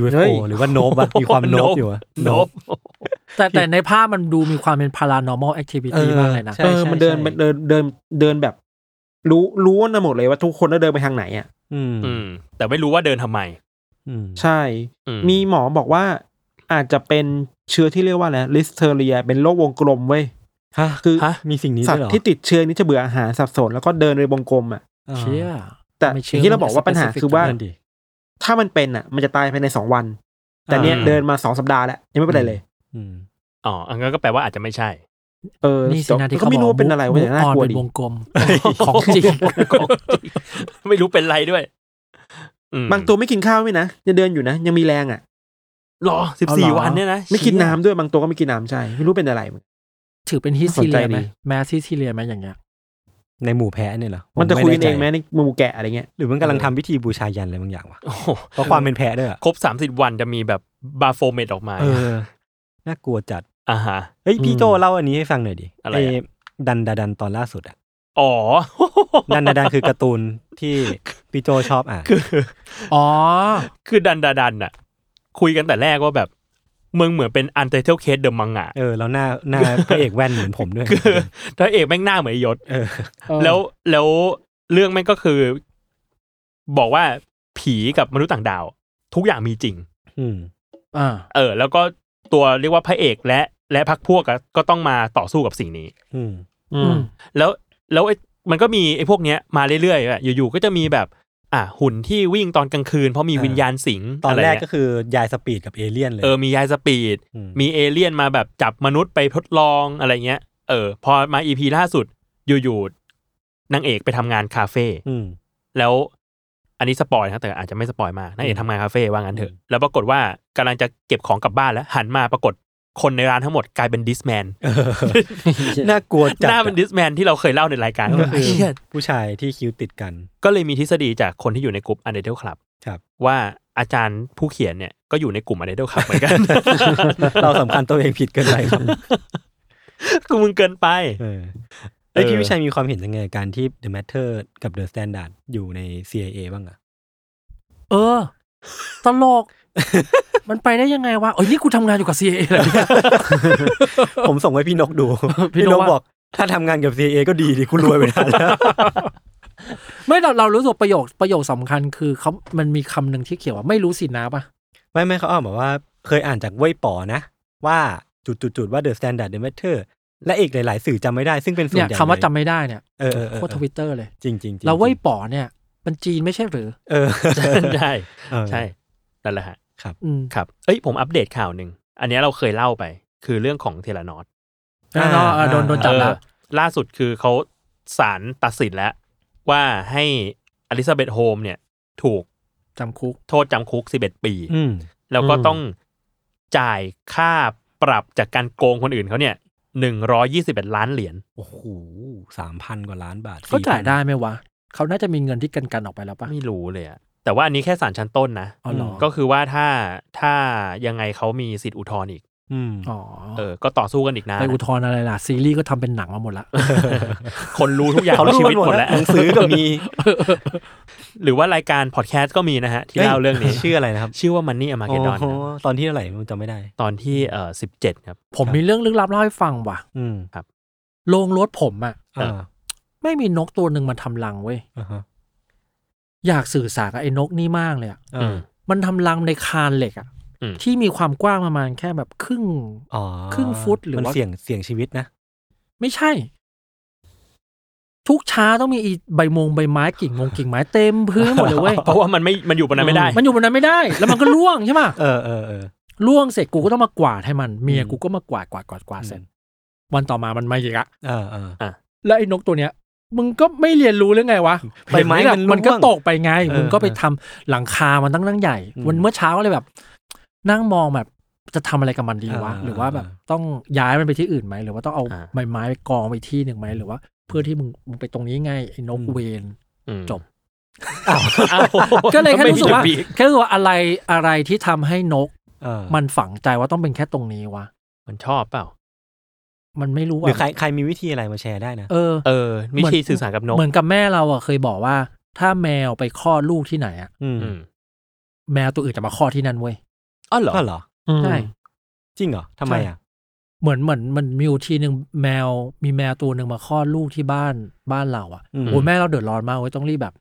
Speaker 3: UFO หรือว่าโนบอะมีความโนบอยู่อะ
Speaker 2: โนบ
Speaker 4: แต่แต่ในภาพมันดูมีความเป็น paranormal activity
Speaker 3: เออ
Speaker 4: มากเลยนะ
Speaker 3: ใช่
Speaker 1: เออมันเดิน
Speaker 3: ใช่
Speaker 1: มันเดินเดินเดินแบบ รู้รู้นะหมดเลยว่าทุกคนน่ะเดินไปทางไหนอ่ะ
Speaker 3: อืม
Speaker 2: อืม แต่ไม่รู้ว่าเดินทำไม
Speaker 3: อืม
Speaker 1: ใช่
Speaker 2: อื
Speaker 1: มีหมอบอกว่าอาจจะเป็นเชื้อที่เรียกว่าอะไรลิสเทเรีย เป็นโรควงกลมเว้ย
Speaker 3: ฮะ
Speaker 1: คือ
Speaker 3: ฮะมีสิ่งนี้
Speaker 1: สั
Speaker 3: ด้วย
Speaker 1: ต
Speaker 3: เหร
Speaker 1: ว์
Speaker 3: อ
Speaker 1: ที่ติดเชื้อนี้จะเบื่ออาหารสับสนแล้วก็เดินในวงกลมอ่ะ
Speaker 3: อ่า
Speaker 4: เชี่ย
Speaker 1: แต่
Speaker 4: ไม่เชื่อ
Speaker 1: อย่างที่เราบอกว่า
Speaker 4: มั
Speaker 1: ปัญ
Speaker 4: นจะ
Speaker 1: หา
Speaker 4: specific
Speaker 1: คือว่า
Speaker 4: เกิ
Speaker 3: นั่นดิ
Speaker 1: ถ้ามันเป็นอ่ะ มันจะตายภายในสองวัน แต่
Speaker 3: อ่า
Speaker 1: เนี้ยเดินมาสองสัปดาห์แล้ว ยังไม่เป็นไรเลย
Speaker 3: อืม
Speaker 2: อ๋อ อันนั้นก็แปลว่าอาจจะไม่ใช่
Speaker 1: เออ
Speaker 4: นี่สินะที่
Speaker 1: ก็
Speaker 4: เขา
Speaker 1: ไม่รู้ว่าเป็นอะไร
Speaker 4: ว่า
Speaker 1: เว่าน่ากลัวดี
Speaker 4: เป็นวงกลมของจริง
Speaker 2: ของจริง ไม่รู้เป็นไรด้วยอืม
Speaker 1: บางตัวไม่กินข้าวไม่นะยังเดินอยู่นะ ยังมีแรงอ่ะ
Speaker 2: หรอสิบ
Speaker 4: เอาเห
Speaker 2: สี่
Speaker 4: รอ
Speaker 2: วันเนี่ยนะ
Speaker 1: ไม่กิน
Speaker 2: เชี่ย
Speaker 1: น้ำด้วยบางตัวก็ไม่กินน้ำใช่ ไม่รู้เป็นอะไรเหมือนกัน
Speaker 4: ถือเป็นฮิสซี
Speaker 1: น่าสนใจ
Speaker 4: เรียไหม
Speaker 1: ดี
Speaker 4: แมสฮิสซีเรียไหมอย่างเงี้ย
Speaker 3: ในหมู่แพะเนี่ยเหรอ
Speaker 1: มันจะคุยกันเองไหม
Speaker 3: แใจ
Speaker 1: ในหมูแกะอะไรเงี้ย
Speaker 3: หรือมันกำลังทำพิธีบูชายันอะไรบางอย่างวะ
Speaker 2: โอ้โห
Speaker 3: เพราะความเป็นแพะด้วยอะ
Speaker 2: ครบสามสิบวันจะมีแบบบาโฟเมตออกมา
Speaker 3: เออน่ากลัวจัด
Speaker 2: อ่าฮะ
Speaker 3: เฮ้ยพี่
Speaker 1: อืม
Speaker 3: โจเล่าอันนี้ให้ฟังหน่อยดิ
Speaker 2: อะไรอะ
Speaker 3: เดันดาดันตอนล่าสุดอะ
Speaker 2: อ๋อ
Speaker 3: ดันดาดันคือการ์ตูนที่ พี่โจชอบอ่ะ
Speaker 2: คือ
Speaker 4: อ๋อ
Speaker 2: คือดันดาดันอะคุยกันแต่แรกว่าแบบมึงเหมือนเป็นอันเทอร์เคสเดอะมังงะ
Speaker 3: เออแล้วหน้าหน้าพระเอกแว่นเหมือนผมด้วย
Speaker 2: คือพระเอกแม่งหน้าเหมือนไอ้ยศ
Speaker 3: เออ
Speaker 2: แล้วแล้วเรื่องแม่งก็คือ บอกว่าผีกับมนุษย์ต่างดาว ทุกอย่างมีจริง
Speaker 3: อืม
Speaker 4: อ่า
Speaker 2: เออ แล้วก็ตัวเรียกว่าพระเอกและและพักพวกอะก็ต้องมาต่อสู้กับสิ่งนี้
Speaker 3: อืม
Speaker 1: อื
Speaker 4: อื
Speaker 1: ม
Speaker 4: ม
Speaker 2: แล้วแล้วไอ้มันก็มีไอ้พวกเนี้ยมาเรื่อยๆอะอยู่ๆก็จะมีแบบ อ่ะหุ่นที่วิ่งตอนกลางคืน เพราะมี
Speaker 3: เออ
Speaker 2: วิญญาณสิง
Speaker 3: ตอนแรก
Speaker 2: ะไเงี้ย
Speaker 3: ก็คือยายสปีดกับเอเลี่ยนเลย
Speaker 2: เออมียายสปีด
Speaker 3: อืม
Speaker 2: มีเอเลี่ยนมาแบบจับมนุษย์ไปทดลองอะไรเงี้ย เออ พอมาอีพีล่าสุดอยู่ๆนางเอกไปทำงานคาเฟ่
Speaker 3: อืม
Speaker 2: แล้วอ อันนี้สปอยนะแต่อาจจะไม่สปอยมากนางเอกทำงานคาเฟ่ว่างั้นเถอะแล้วปรากฏว่ากำลังจะเก็บของกลับบ้านแล้วหันมาปรากฏคนในร้านทั้งหมดกลายเป็นดิสแมน
Speaker 3: น่ากลัวจัด
Speaker 2: หน้าเป็นดิสแมนที่เราเคยเล่าในรายการ
Speaker 3: ก็คือ
Speaker 2: เหี้ย
Speaker 3: ผู้ชายที่คิ้วติดกัน
Speaker 2: ก็เลยมีทฤษฎีจากคนที่อยู่ในกลุ่มอันเดอร์คลับ
Speaker 3: ครับ
Speaker 2: ว่าอาจารย์ผู้เขียนเนี่ยก็อยู่ในกลุ่มอันเดอร์คลับเหมือนกัน
Speaker 3: เราสำคัญตัวเองผิดเกินไปครับ
Speaker 2: กูมึงเกินไป
Speaker 3: เออเอ้ย
Speaker 2: เออ
Speaker 3: พี่วิชัยมีความเห็นยังไงกับการที่ The Matter กับ The Standard อยู่ใน CIA บ้างอะ
Speaker 4: เออ ตลก มันไปได้ยังไงวะเอ้ยนี่กูทำงานอยู่กับ CIA เหรอเนี่ย
Speaker 3: ผมส่งให้พี่นกดู
Speaker 4: พี่
Speaker 3: พี่
Speaker 4: น
Speaker 3: นก
Speaker 4: กว่า
Speaker 3: บอก ถ้าทำงานกับ CIA ก็ดีดิคุณรวยไป นานแล้ว
Speaker 4: ไม่เราเรารู้สึกประโยคประโยคสำคัญคือเขามันมีคำหนึ่งที่เขียนว่าไม่รู้สินะปะ
Speaker 3: ไม่ไม่เขาอ้อมบอกว่าเคยอ่านจากเว่ยป๋อนะ ว่าจุดจุดจุดๆๆว่า The Standard The Matter และอีกหลาย ๆ สื่อจำไม่ได้ซึ่งเป็นส่ว
Speaker 4: เนี่
Speaker 3: น
Speaker 4: ย
Speaker 3: ใหญ่
Speaker 4: คำว่าจำ
Speaker 3: เลย
Speaker 4: ไม่ได้เนี่ย
Speaker 3: เออเออเออ
Speaker 4: โคตรทวิตเตอร์เลย
Speaker 3: จริงๆจริงๆ
Speaker 4: เราเว่ยป๋อเนี่ยมันจีนไม่ใช่หรือ
Speaker 3: เออ
Speaker 2: ใช่
Speaker 3: เออ
Speaker 2: ใช่นั่นแหละฮะ
Speaker 4: อืม
Speaker 2: ครับเอ้ยผมอัปเดตข่าวหนึ่งอันเนี้ยเราเคยเล่าไป คือเรื่องของเทเลนอต
Speaker 4: อ่า
Speaker 3: อ่า
Speaker 4: เนอะอ่าโดน
Speaker 3: อ่า
Speaker 4: โดนจับแล้ว
Speaker 2: เออล่าสุดคือเขาศาลตัดสินแล้ว ว่าให้อลิซาเบธโฮมเนี่ย ถูก
Speaker 4: จำคุก
Speaker 2: โทษจำคุก 11 ปี
Speaker 3: อืม
Speaker 2: แล้วก็
Speaker 4: อืม
Speaker 2: ต้องจ่ายค่าปรับจากการโกงคนอื่นเขาเนี่ยหนึ่งร้อยี่สิบเอ็ดล้านเหรียญ
Speaker 3: โอ้โหสามพันกว่าล้านบาท
Speaker 4: เขาจ่าย
Speaker 3: 4,000
Speaker 4: ได้ไหมวะเขาน่าจะมีเงินที่กันกันๆออกไปแล้วปะ
Speaker 2: ไม่รู้เลยอะแต่ว่าอันนี้แค่ศาลชั้นต้นนะ
Speaker 4: อ๋อเหรอ
Speaker 2: ก็คือว่าถ้าถ้ายังไงเขามีสิทธิ์อุทธรณ์อีก
Speaker 3: อืม
Speaker 4: อ๋อ
Speaker 2: เออ ก็ต่อสู้กันอีกนะ
Speaker 4: ไปอุทธรณ์อะไรล่ะ ซีรีส์ก็ทำเป็นหนังมาหมดละ
Speaker 2: คนรู้ทุกอย่าง
Speaker 3: เขา
Speaker 2: ใน
Speaker 3: รู้
Speaker 2: ชีวิต
Speaker 3: ห
Speaker 2: ห
Speaker 3: ม
Speaker 2: ม
Speaker 3: ด
Speaker 2: ด
Speaker 3: แล้
Speaker 2: แล้ว ว
Speaker 3: หนังสือก็มี
Speaker 2: หรือว่ารายการพอดแคสต์ก็มีนะฮะ ที่
Speaker 3: เอ้ย
Speaker 2: เล่าเรื่องนี้
Speaker 3: ชื่ออะไรนะครับ
Speaker 2: ชื่อว่ามันนี่อมาเกดอน
Speaker 3: โโหตอนที่เท่าไหร่ผมจำไม่ได้
Speaker 2: ตอนที่เอ่อสิบเจ็ดครับ
Speaker 4: ผมมีเรื่องลึกลับเล่าให้ฟังว่ะ
Speaker 3: อืม
Speaker 4: โรงรถผมอะ
Speaker 2: เออ
Speaker 3: อ่า
Speaker 4: ไม่มีนกตัวหนึ่งมันทำรังเว้ย
Speaker 3: อ่าฮะ
Speaker 4: อยากสื่อสารกับไอ้นกนี่มากเลยอะ
Speaker 3: อ่า
Speaker 2: อืม
Speaker 4: มันทำรังในคานเหล็กอะ
Speaker 2: อืม
Speaker 4: ที่มีความกว้างประมาณแค่แบบครึ่ง
Speaker 3: อ๋อ
Speaker 4: ครึ่งฟุตหรือ
Speaker 3: มัน
Speaker 4: ว่า
Speaker 3: เสี่ยงเสี่ยงชีวิตนะ
Speaker 4: ไม่ใช่ ทุกเช้าต้องมีอีใบมงใบไม้กิ่งมงกิ่งไม้เต็มพื้นหมดเลยเว้ย
Speaker 2: เพราะว่ามันไม่มันอยู่บนนั้นไม่ได้
Speaker 4: มันอยู่บนนั้นไม่ได้ แล้วมันก็ร่วงใช่ปะ
Speaker 3: เออเออเออ
Speaker 4: ล่วงเสร็จกูก็ต้องมากวาดให้มันเมีย
Speaker 3: อืม
Speaker 4: กูก็มากวาดกวาดกวาดกวาดเสร็จ
Speaker 3: อืม
Speaker 4: วันต่อมามันมาอีกอะ
Speaker 3: เออเออ
Speaker 4: แล้วไอ้นกตัวเนี้ย มึงก็ไม่เรียนรู้เรื่องไงวะ
Speaker 3: ใบไม้
Speaker 4: เห็
Speaker 3: มันร่ว
Speaker 4: น
Speaker 3: ง
Speaker 4: มันก็ตกไปไง
Speaker 3: เออ
Speaker 4: มึงก็ไปทำหลังคามันตั้งนั่งใหญ่
Speaker 3: อืม
Speaker 4: วันเมื่อเช้าก็เลยแบบ นั่งมองแบบจะทำอะไรกับมันดีวะ
Speaker 3: อ่า
Speaker 4: หรือว่าแบบ
Speaker 3: อ่า
Speaker 4: ต้องย้ายมันไปที่อื่นไหมหรือว่าต้องเอา
Speaker 2: อ่า
Speaker 4: ใบไม้ไปกองไปที่หนึ่งไหมหรือว่า เพื่อที่มึงมึงไปตรงนี้ไงไอ้นกเวน
Speaker 2: อืม
Speaker 4: จบ
Speaker 2: อ้าวอ้าว
Speaker 4: ก็เลยแค่
Speaker 2: ไม่
Speaker 4: รู้สึกว่า
Speaker 2: มี
Speaker 4: แค่รู้สึกว่าอะไรอะไรที่ทำให้นก
Speaker 3: เออ
Speaker 4: มันฝังใจว่าต้องเป็นแค่ตรงนี้วะ
Speaker 2: มันชอบเปล่า
Speaker 4: มันไม่รู้
Speaker 3: หรือใคร
Speaker 4: ว่า
Speaker 3: ใครมีวิธีอะไรมาแชร์ได้นะ
Speaker 4: เออ
Speaker 2: เออวิธีสื่อสารกับนก
Speaker 4: เหมือนกับแม่เราอ่ะเคยบอกว่า ถ้าแมวไปคลอดลูกที่ไหนอ่ะ
Speaker 3: อืม
Speaker 2: อืม
Speaker 4: แมวตัวอื่นจะมาคลอดที่นั่นเว้ย
Speaker 2: อ๋อเหรอ
Speaker 3: ก็เหรอ
Speaker 4: ใช่
Speaker 3: จริงเหรอทำไมอ่ะ
Speaker 4: เหมือนเหมือนมันมีอยู่ทีหนึ่งแมวมีแมวตัวหนึ่งมาคลอดลูกที่บ้านบ้านเราอ่ะ
Speaker 3: อืม
Speaker 4: โอ้ยแม่เราเดือดร้อนมากเว้ยต้องรีบแบบ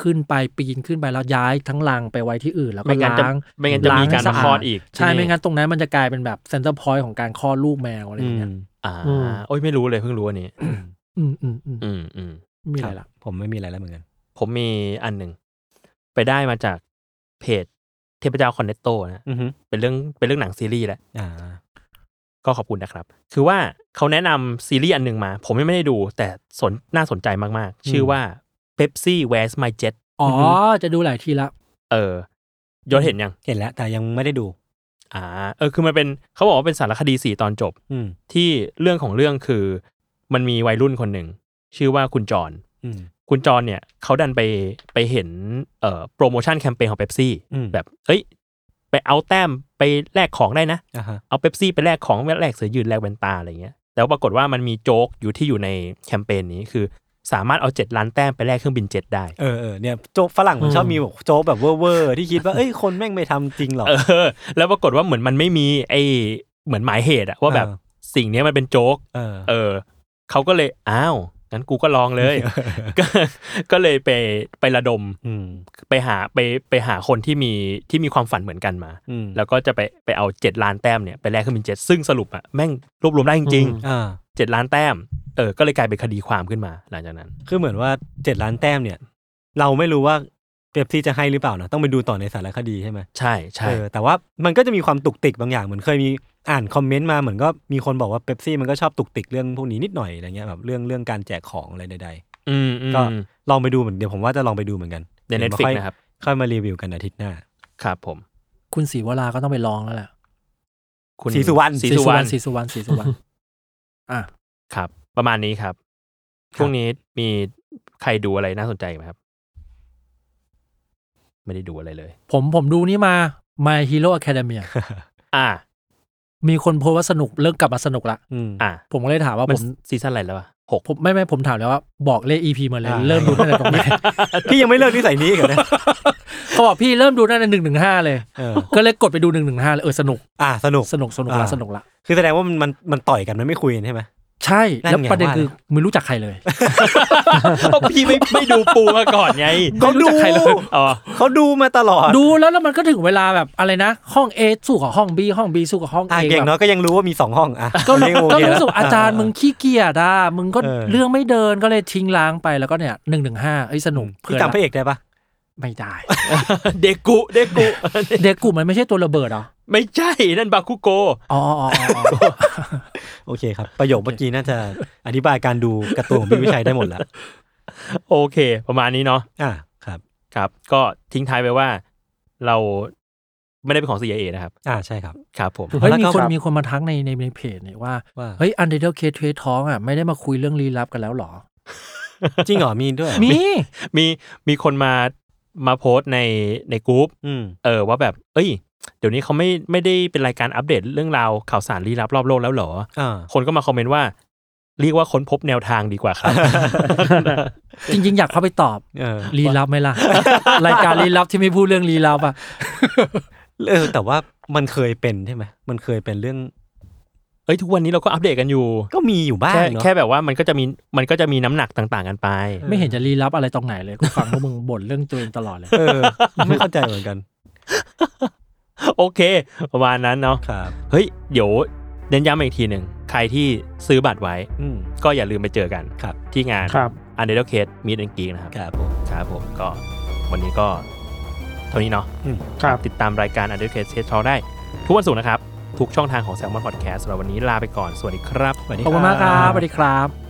Speaker 4: ขึ้นไปปีนขึ้นไปแล้วย้ายทั้งรังไปไว้ที่อื่นแล้วก็
Speaker 2: ไม่งั้นจะ
Speaker 4: ล้าง
Speaker 2: ไม่งั้นจะ
Speaker 4: ล้ง
Speaker 2: มีการ
Speaker 4: ให้สะ
Speaker 2: มาคลอดอีก
Speaker 4: ใช่
Speaker 2: ที่
Speaker 4: ไม่งั้นตรงนั้นมันจะกลายเป็นแบบเซนเตอร์พอยต์ของการคลอดลูกแมวอะไรอ
Speaker 3: อื
Speaker 4: ย่าง
Speaker 3: ม
Speaker 4: เงี้ย
Speaker 2: อ่าโอ้ยไม่รู้เลยเพิ่งรู้อันนี้
Speaker 4: อืมอืมอืม
Speaker 2: อืมอืม
Speaker 4: มีอะไร
Speaker 3: ค
Speaker 4: ล่ะ
Speaker 3: บผมไม่มีอะไรแล้วเหมือนกัน
Speaker 2: ผมมีอันหนึ่ง ไปได้มาจากเพจเทพเจ้าคอนเนตโตนะ
Speaker 3: อือฮึ
Speaker 2: เป็นเรื่องเป็นเรื่องหนังซีรีส์แหละ
Speaker 3: อ่า
Speaker 2: ก็ขอบคุณนะครับ คือว่าเขาแนะนำซีรีส์อันหนึ่งมา ผมยังไม่ได้ดู แต่สนน่าสนใจมากๆ ชื่อว่า Pepsi Where's My Jet
Speaker 4: อ๋อจะดูหลายทีละ
Speaker 2: เออยศเห็นยัง
Speaker 3: เห็นแล้ว แต่ยังไม่ได้ดู
Speaker 2: อ่า เออ คือมันเป็นเขาบอกว่าเป็นสารคดีสี่ตอนจบ
Speaker 3: อืม
Speaker 2: ที่เรื่องของเรื่องคือ มันมีวัยรุ่นคนหนึ่ง ชื่อว่าคุณจอน
Speaker 3: อืม
Speaker 2: คุณจรเนี่ยเขาดันไปไปเห็นเอ่อโปรโมชั่นแคมเปญของเบปซี่
Speaker 3: อืม
Speaker 2: แบบเอ้ย ไปเอาแต้มไปแลกของได้นะ
Speaker 3: อ่าฮะ
Speaker 2: เอาเบปซี่ไปแลกของแลกเสือยืนแลกแว่นตาอะไรเงี้ยแล้วปรากฏว่ามันมีโจ๊กอยู่ที่อยู่ในแคมเปญนี้คือ สามารถเอาเจ็ดล้านแต้มไปแลกเครื่องบินเจ็ดได้
Speaker 3: เออเออเนี่ยโจ๊กฝรั่งมันชอบมีแบบโจ๊กแบบเว่อร์ๆที่คิดว่า เอ้ย คนแม่งไม่ทำจริงหรอก
Speaker 2: เออ แล้วปรากฏว่าเหมือนมันไม่มีไอเหมือนหมายเหตุอะว่าแบบ
Speaker 3: เออ
Speaker 2: สิ่งเนี้ยมันเป็นโจ๊ก
Speaker 3: เออ
Speaker 2: เออเขาก็เลยอ้าวงั้นกูก็ลองเลย ก็ก็เลยไปไประดม
Speaker 3: อืม
Speaker 2: ไปหาไปไปหาคนที่มีที่มีความฝันเหมือนกันมา
Speaker 3: อืม
Speaker 2: แล้วก็จะไปไปเอาเจ็ดล้านแต้มเนี่ยไปแลกเครื่องบินเจ็ตซึ่งสรุปอะแม่งรวบรวมได้จริง
Speaker 3: อ่า
Speaker 2: ๆเจ็ดล้านแต้มเออก็เลยกลายเป็นคดีความขึ้นมาหลังจากนั้น
Speaker 3: คือเหมือนว่าเจ็ดล้านแต้มเนี่ย เราไม่รู้ว่าเป๊ปซี่จะให้หรือเปล่านะต้องไปดูต่อในสารคดีใช่ไหม
Speaker 2: ใช่
Speaker 3: เอ
Speaker 2: ใช่
Speaker 3: อแต่ว่ามันก็จะมีความตุกติกบางอย่างเหมือนเคยมีอ่านคอมเมนต์มาเหมือนก็มีคนบอกว่าเป๊ปซี่มันก็ชอบตุกติกเรื่องพวกนี้นิดหน่อยอะไรเงี้ยแบบเรื่องเรื่องการแจกของอะไรใด
Speaker 2: อืมอืม
Speaker 3: ก็ ๆลองไปดูเหมือนเดี๋ยวผมว่าจะลองไปดูเหมือนกัน
Speaker 2: ในเน็ต
Speaker 3: ดี๋ยว
Speaker 2: ฟิก
Speaker 3: มาอย
Speaker 2: นะครับ
Speaker 3: ค่อยมารีวิวกันอาทิตย์หน้า
Speaker 2: ครับผม
Speaker 4: คุณศรีวราก็ต้องไปลองแล้วแหละ
Speaker 2: คุณ
Speaker 3: ศรีสุวรรณ
Speaker 2: ศรีสุวรรณ
Speaker 4: ศรีสุวรรณศรีสุวรรณ อ่ะ
Speaker 2: ครับ ประมาณนี้ครับช่วงนี้มีใครดูอะไรน่าสนใจไหมครับ ไม่ได้ดูอะไรเลย
Speaker 4: ผมผมดูนี่มา My Hero Academia
Speaker 2: อ่า
Speaker 4: มีคนโพสต์ว่าสนุกเริ่มกลับมาสนุกละ
Speaker 3: อืม
Speaker 2: อ่า
Speaker 4: ผมก็เลยถามว่า
Speaker 2: มั
Speaker 4: ผ
Speaker 2: น
Speaker 4: ม
Speaker 2: ซีซั่นอะไรแล้วอะห ก
Speaker 4: ผมไม่ไม่ผมถามแล้วว่าบอกเลข EP มาเลย
Speaker 3: อ่า
Speaker 4: เริ่มดูตั้งแต่ ตรงนี้
Speaker 3: พี่ยังไม่เลิกนิสัยนี้อีกันนะ
Speaker 4: เขาบอกพี่เริ่มดูตั้งแต่หนึ่งหนึ่งห้าเลย
Speaker 3: เอ อ
Speaker 4: ก็เลยกดไปดูหนึ่งหนึ่งห้าเลยเออสนุก
Speaker 3: อ่ะสนุก
Speaker 4: สนุกสนุกละ
Speaker 3: อ่า
Speaker 4: สนุกละ
Speaker 3: คือแสดงว่ามันมันมันต่อยกันมันไม่คุยกันใช่ไหม
Speaker 4: ใช่
Speaker 3: นั่นไง
Speaker 4: แล้วประเด็นคือ
Speaker 3: ว่า
Speaker 4: ไม่รู้จักใครเลย
Speaker 2: เพราะพี่ไม่ไม่ดูปูมาก่อนไง
Speaker 3: เขาดู
Speaker 2: ไม่รู้จักใครเลยอ๋อ
Speaker 3: เขาดูมาตลอด
Speaker 4: ดูแล้วแล้วมันก็ถึงเวลาแบบอะไรนะ ห้อง A สู้กับห้อง B ห้อง B สู้กับห้อง
Speaker 3: อ่ะ
Speaker 4: A
Speaker 3: เก่ง
Speaker 4: แบ
Speaker 3: เนาะ
Speaker 4: บ
Speaker 3: ก็ยังรู้ว่ามีสองห้องอ่ะ
Speaker 4: ก็
Speaker 3: เยโอ
Speaker 4: ก็
Speaker 3: เคแล้ว
Speaker 4: รู้สึกอาจารย์มึงขี้เกียจอ่ะมึงก็
Speaker 3: เออ
Speaker 4: เรื่องไม่เดินก็เลยทิ้งล้างไปแล้วก็เนี่ยหนึ่งหนึ่งห้าไอ้ยสนุก
Speaker 3: พี่จำพระเอกได้ปะ
Speaker 4: ไม่ได้
Speaker 2: เดกุเดกุ
Speaker 4: เด็กกลุ่มมันไม่ใช่ตัวระเบิดเหรอ
Speaker 2: ไม่ใช่นั่นบาคุโก
Speaker 4: อ๋ออ๋ออ๋ออ๋อ
Speaker 3: โอเคครับ ประโยคเมื่อกี้น่าจะอธิบายการดูการ์ตูนของพี่วิชัยได้หมดแล้ว
Speaker 2: โอเค ประมาณนี้เนาะ
Speaker 3: อ่ะครับ
Speaker 2: ครับ ก็ทิ้งท้ายไปว่าเราไม่ได้เป็นของ CIA นะครับ
Speaker 3: อ่ะใช่ครับ
Speaker 2: ครับผม
Speaker 4: เฮ้ย
Speaker 3: แล้ว
Speaker 4: มี
Speaker 3: ก็
Speaker 4: คน
Speaker 3: ครับ
Speaker 4: มีคนมาทักในในในเพจเนี่ยว่า
Speaker 3: ว่า
Speaker 4: เฮ้ยอันเดอร์เคทเทท้องอ่ะไม่ได้มาคุยเรื่องลี้ลับกันแล้วเหรอ
Speaker 3: จริงเหรอมีด้วยเหรอ
Speaker 4: มี
Speaker 2: มีมีคนมามาโพสต์ในในกลุ่ม
Speaker 3: อืม
Speaker 2: เออว่าแบบ เอ้ย เดี๋ยวนี้เขาไม่ไม่ได้เป็นรายการอัปเดตเรื่องราวข่าวสารลี้ลับรอบโลกแล้วเหรอ
Speaker 3: อ่า
Speaker 2: คนก็มาคอมเมนต์ว่า เรียกว่าค้นพบแนวทางดีกว่า ครับ
Speaker 4: จริง ๆ อยากเข้าไปตอบ
Speaker 3: เออ
Speaker 4: ลี้ลับไหมล่ะ รายการลี้ลับที่ไม่พูดเรื่องลี้ลับอ่ะ
Speaker 3: เออแต่ว่ามันเคยเป็นใช่ไหมมันเคยเป็นเรื่อง
Speaker 2: เอ้ยทุกวันนี้เราก็อัปเดตกันอยู่
Speaker 3: ก็มีอยู่บ้าง
Speaker 2: แค่
Speaker 3: เนาะ
Speaker 2: แค่แบบว่ามันก็จะมีมันก็จะมีน้ำหนักต่างๆกันไป
Speaker 4: ไม่เห็นจะลี้ลับอะไรตรงไหนเลยกูฟังพวกมึงบ่นเรื่องตัวเองตลอดเลย
Speaker 3: เออ ไม่เข้าใจเหมือนกัน
Speaker 2: โอเค ประมาณนั้นเนาะ
Speaker 3: ครับ
Speaker 2: เฮ้ยเดี๋ยวเน้นย้ำอีกทีหนึ่งใครที่ซื้อบัตรไว้
Speaker 3: อืม
Speaker 2: ก็อย่าลืมไปเจอกัน
Speaker 3: ครับ
Speaker 2: ที่งาน
Speaker 1: ครับ
Speaker 2: u n d e r c a s e Meet and Geek นะครับ
Speaker 3: ครับผม
Speaker 2: ครับผมก็วันนี้ก็เท่านี้เนาะ
Speaker 1: ครับ
Speaker 2: ติดตามรายการ u n d e r c a s e Test Talk ได้ ทุกวันศุกร์นะครับ ทุกช่องทางของ Salmon Podcast สำหรับวันนี้ลาไปก่อน สวัสดีครับ
Speaker 4: ขอบคุณมากครับสวัสดีครับ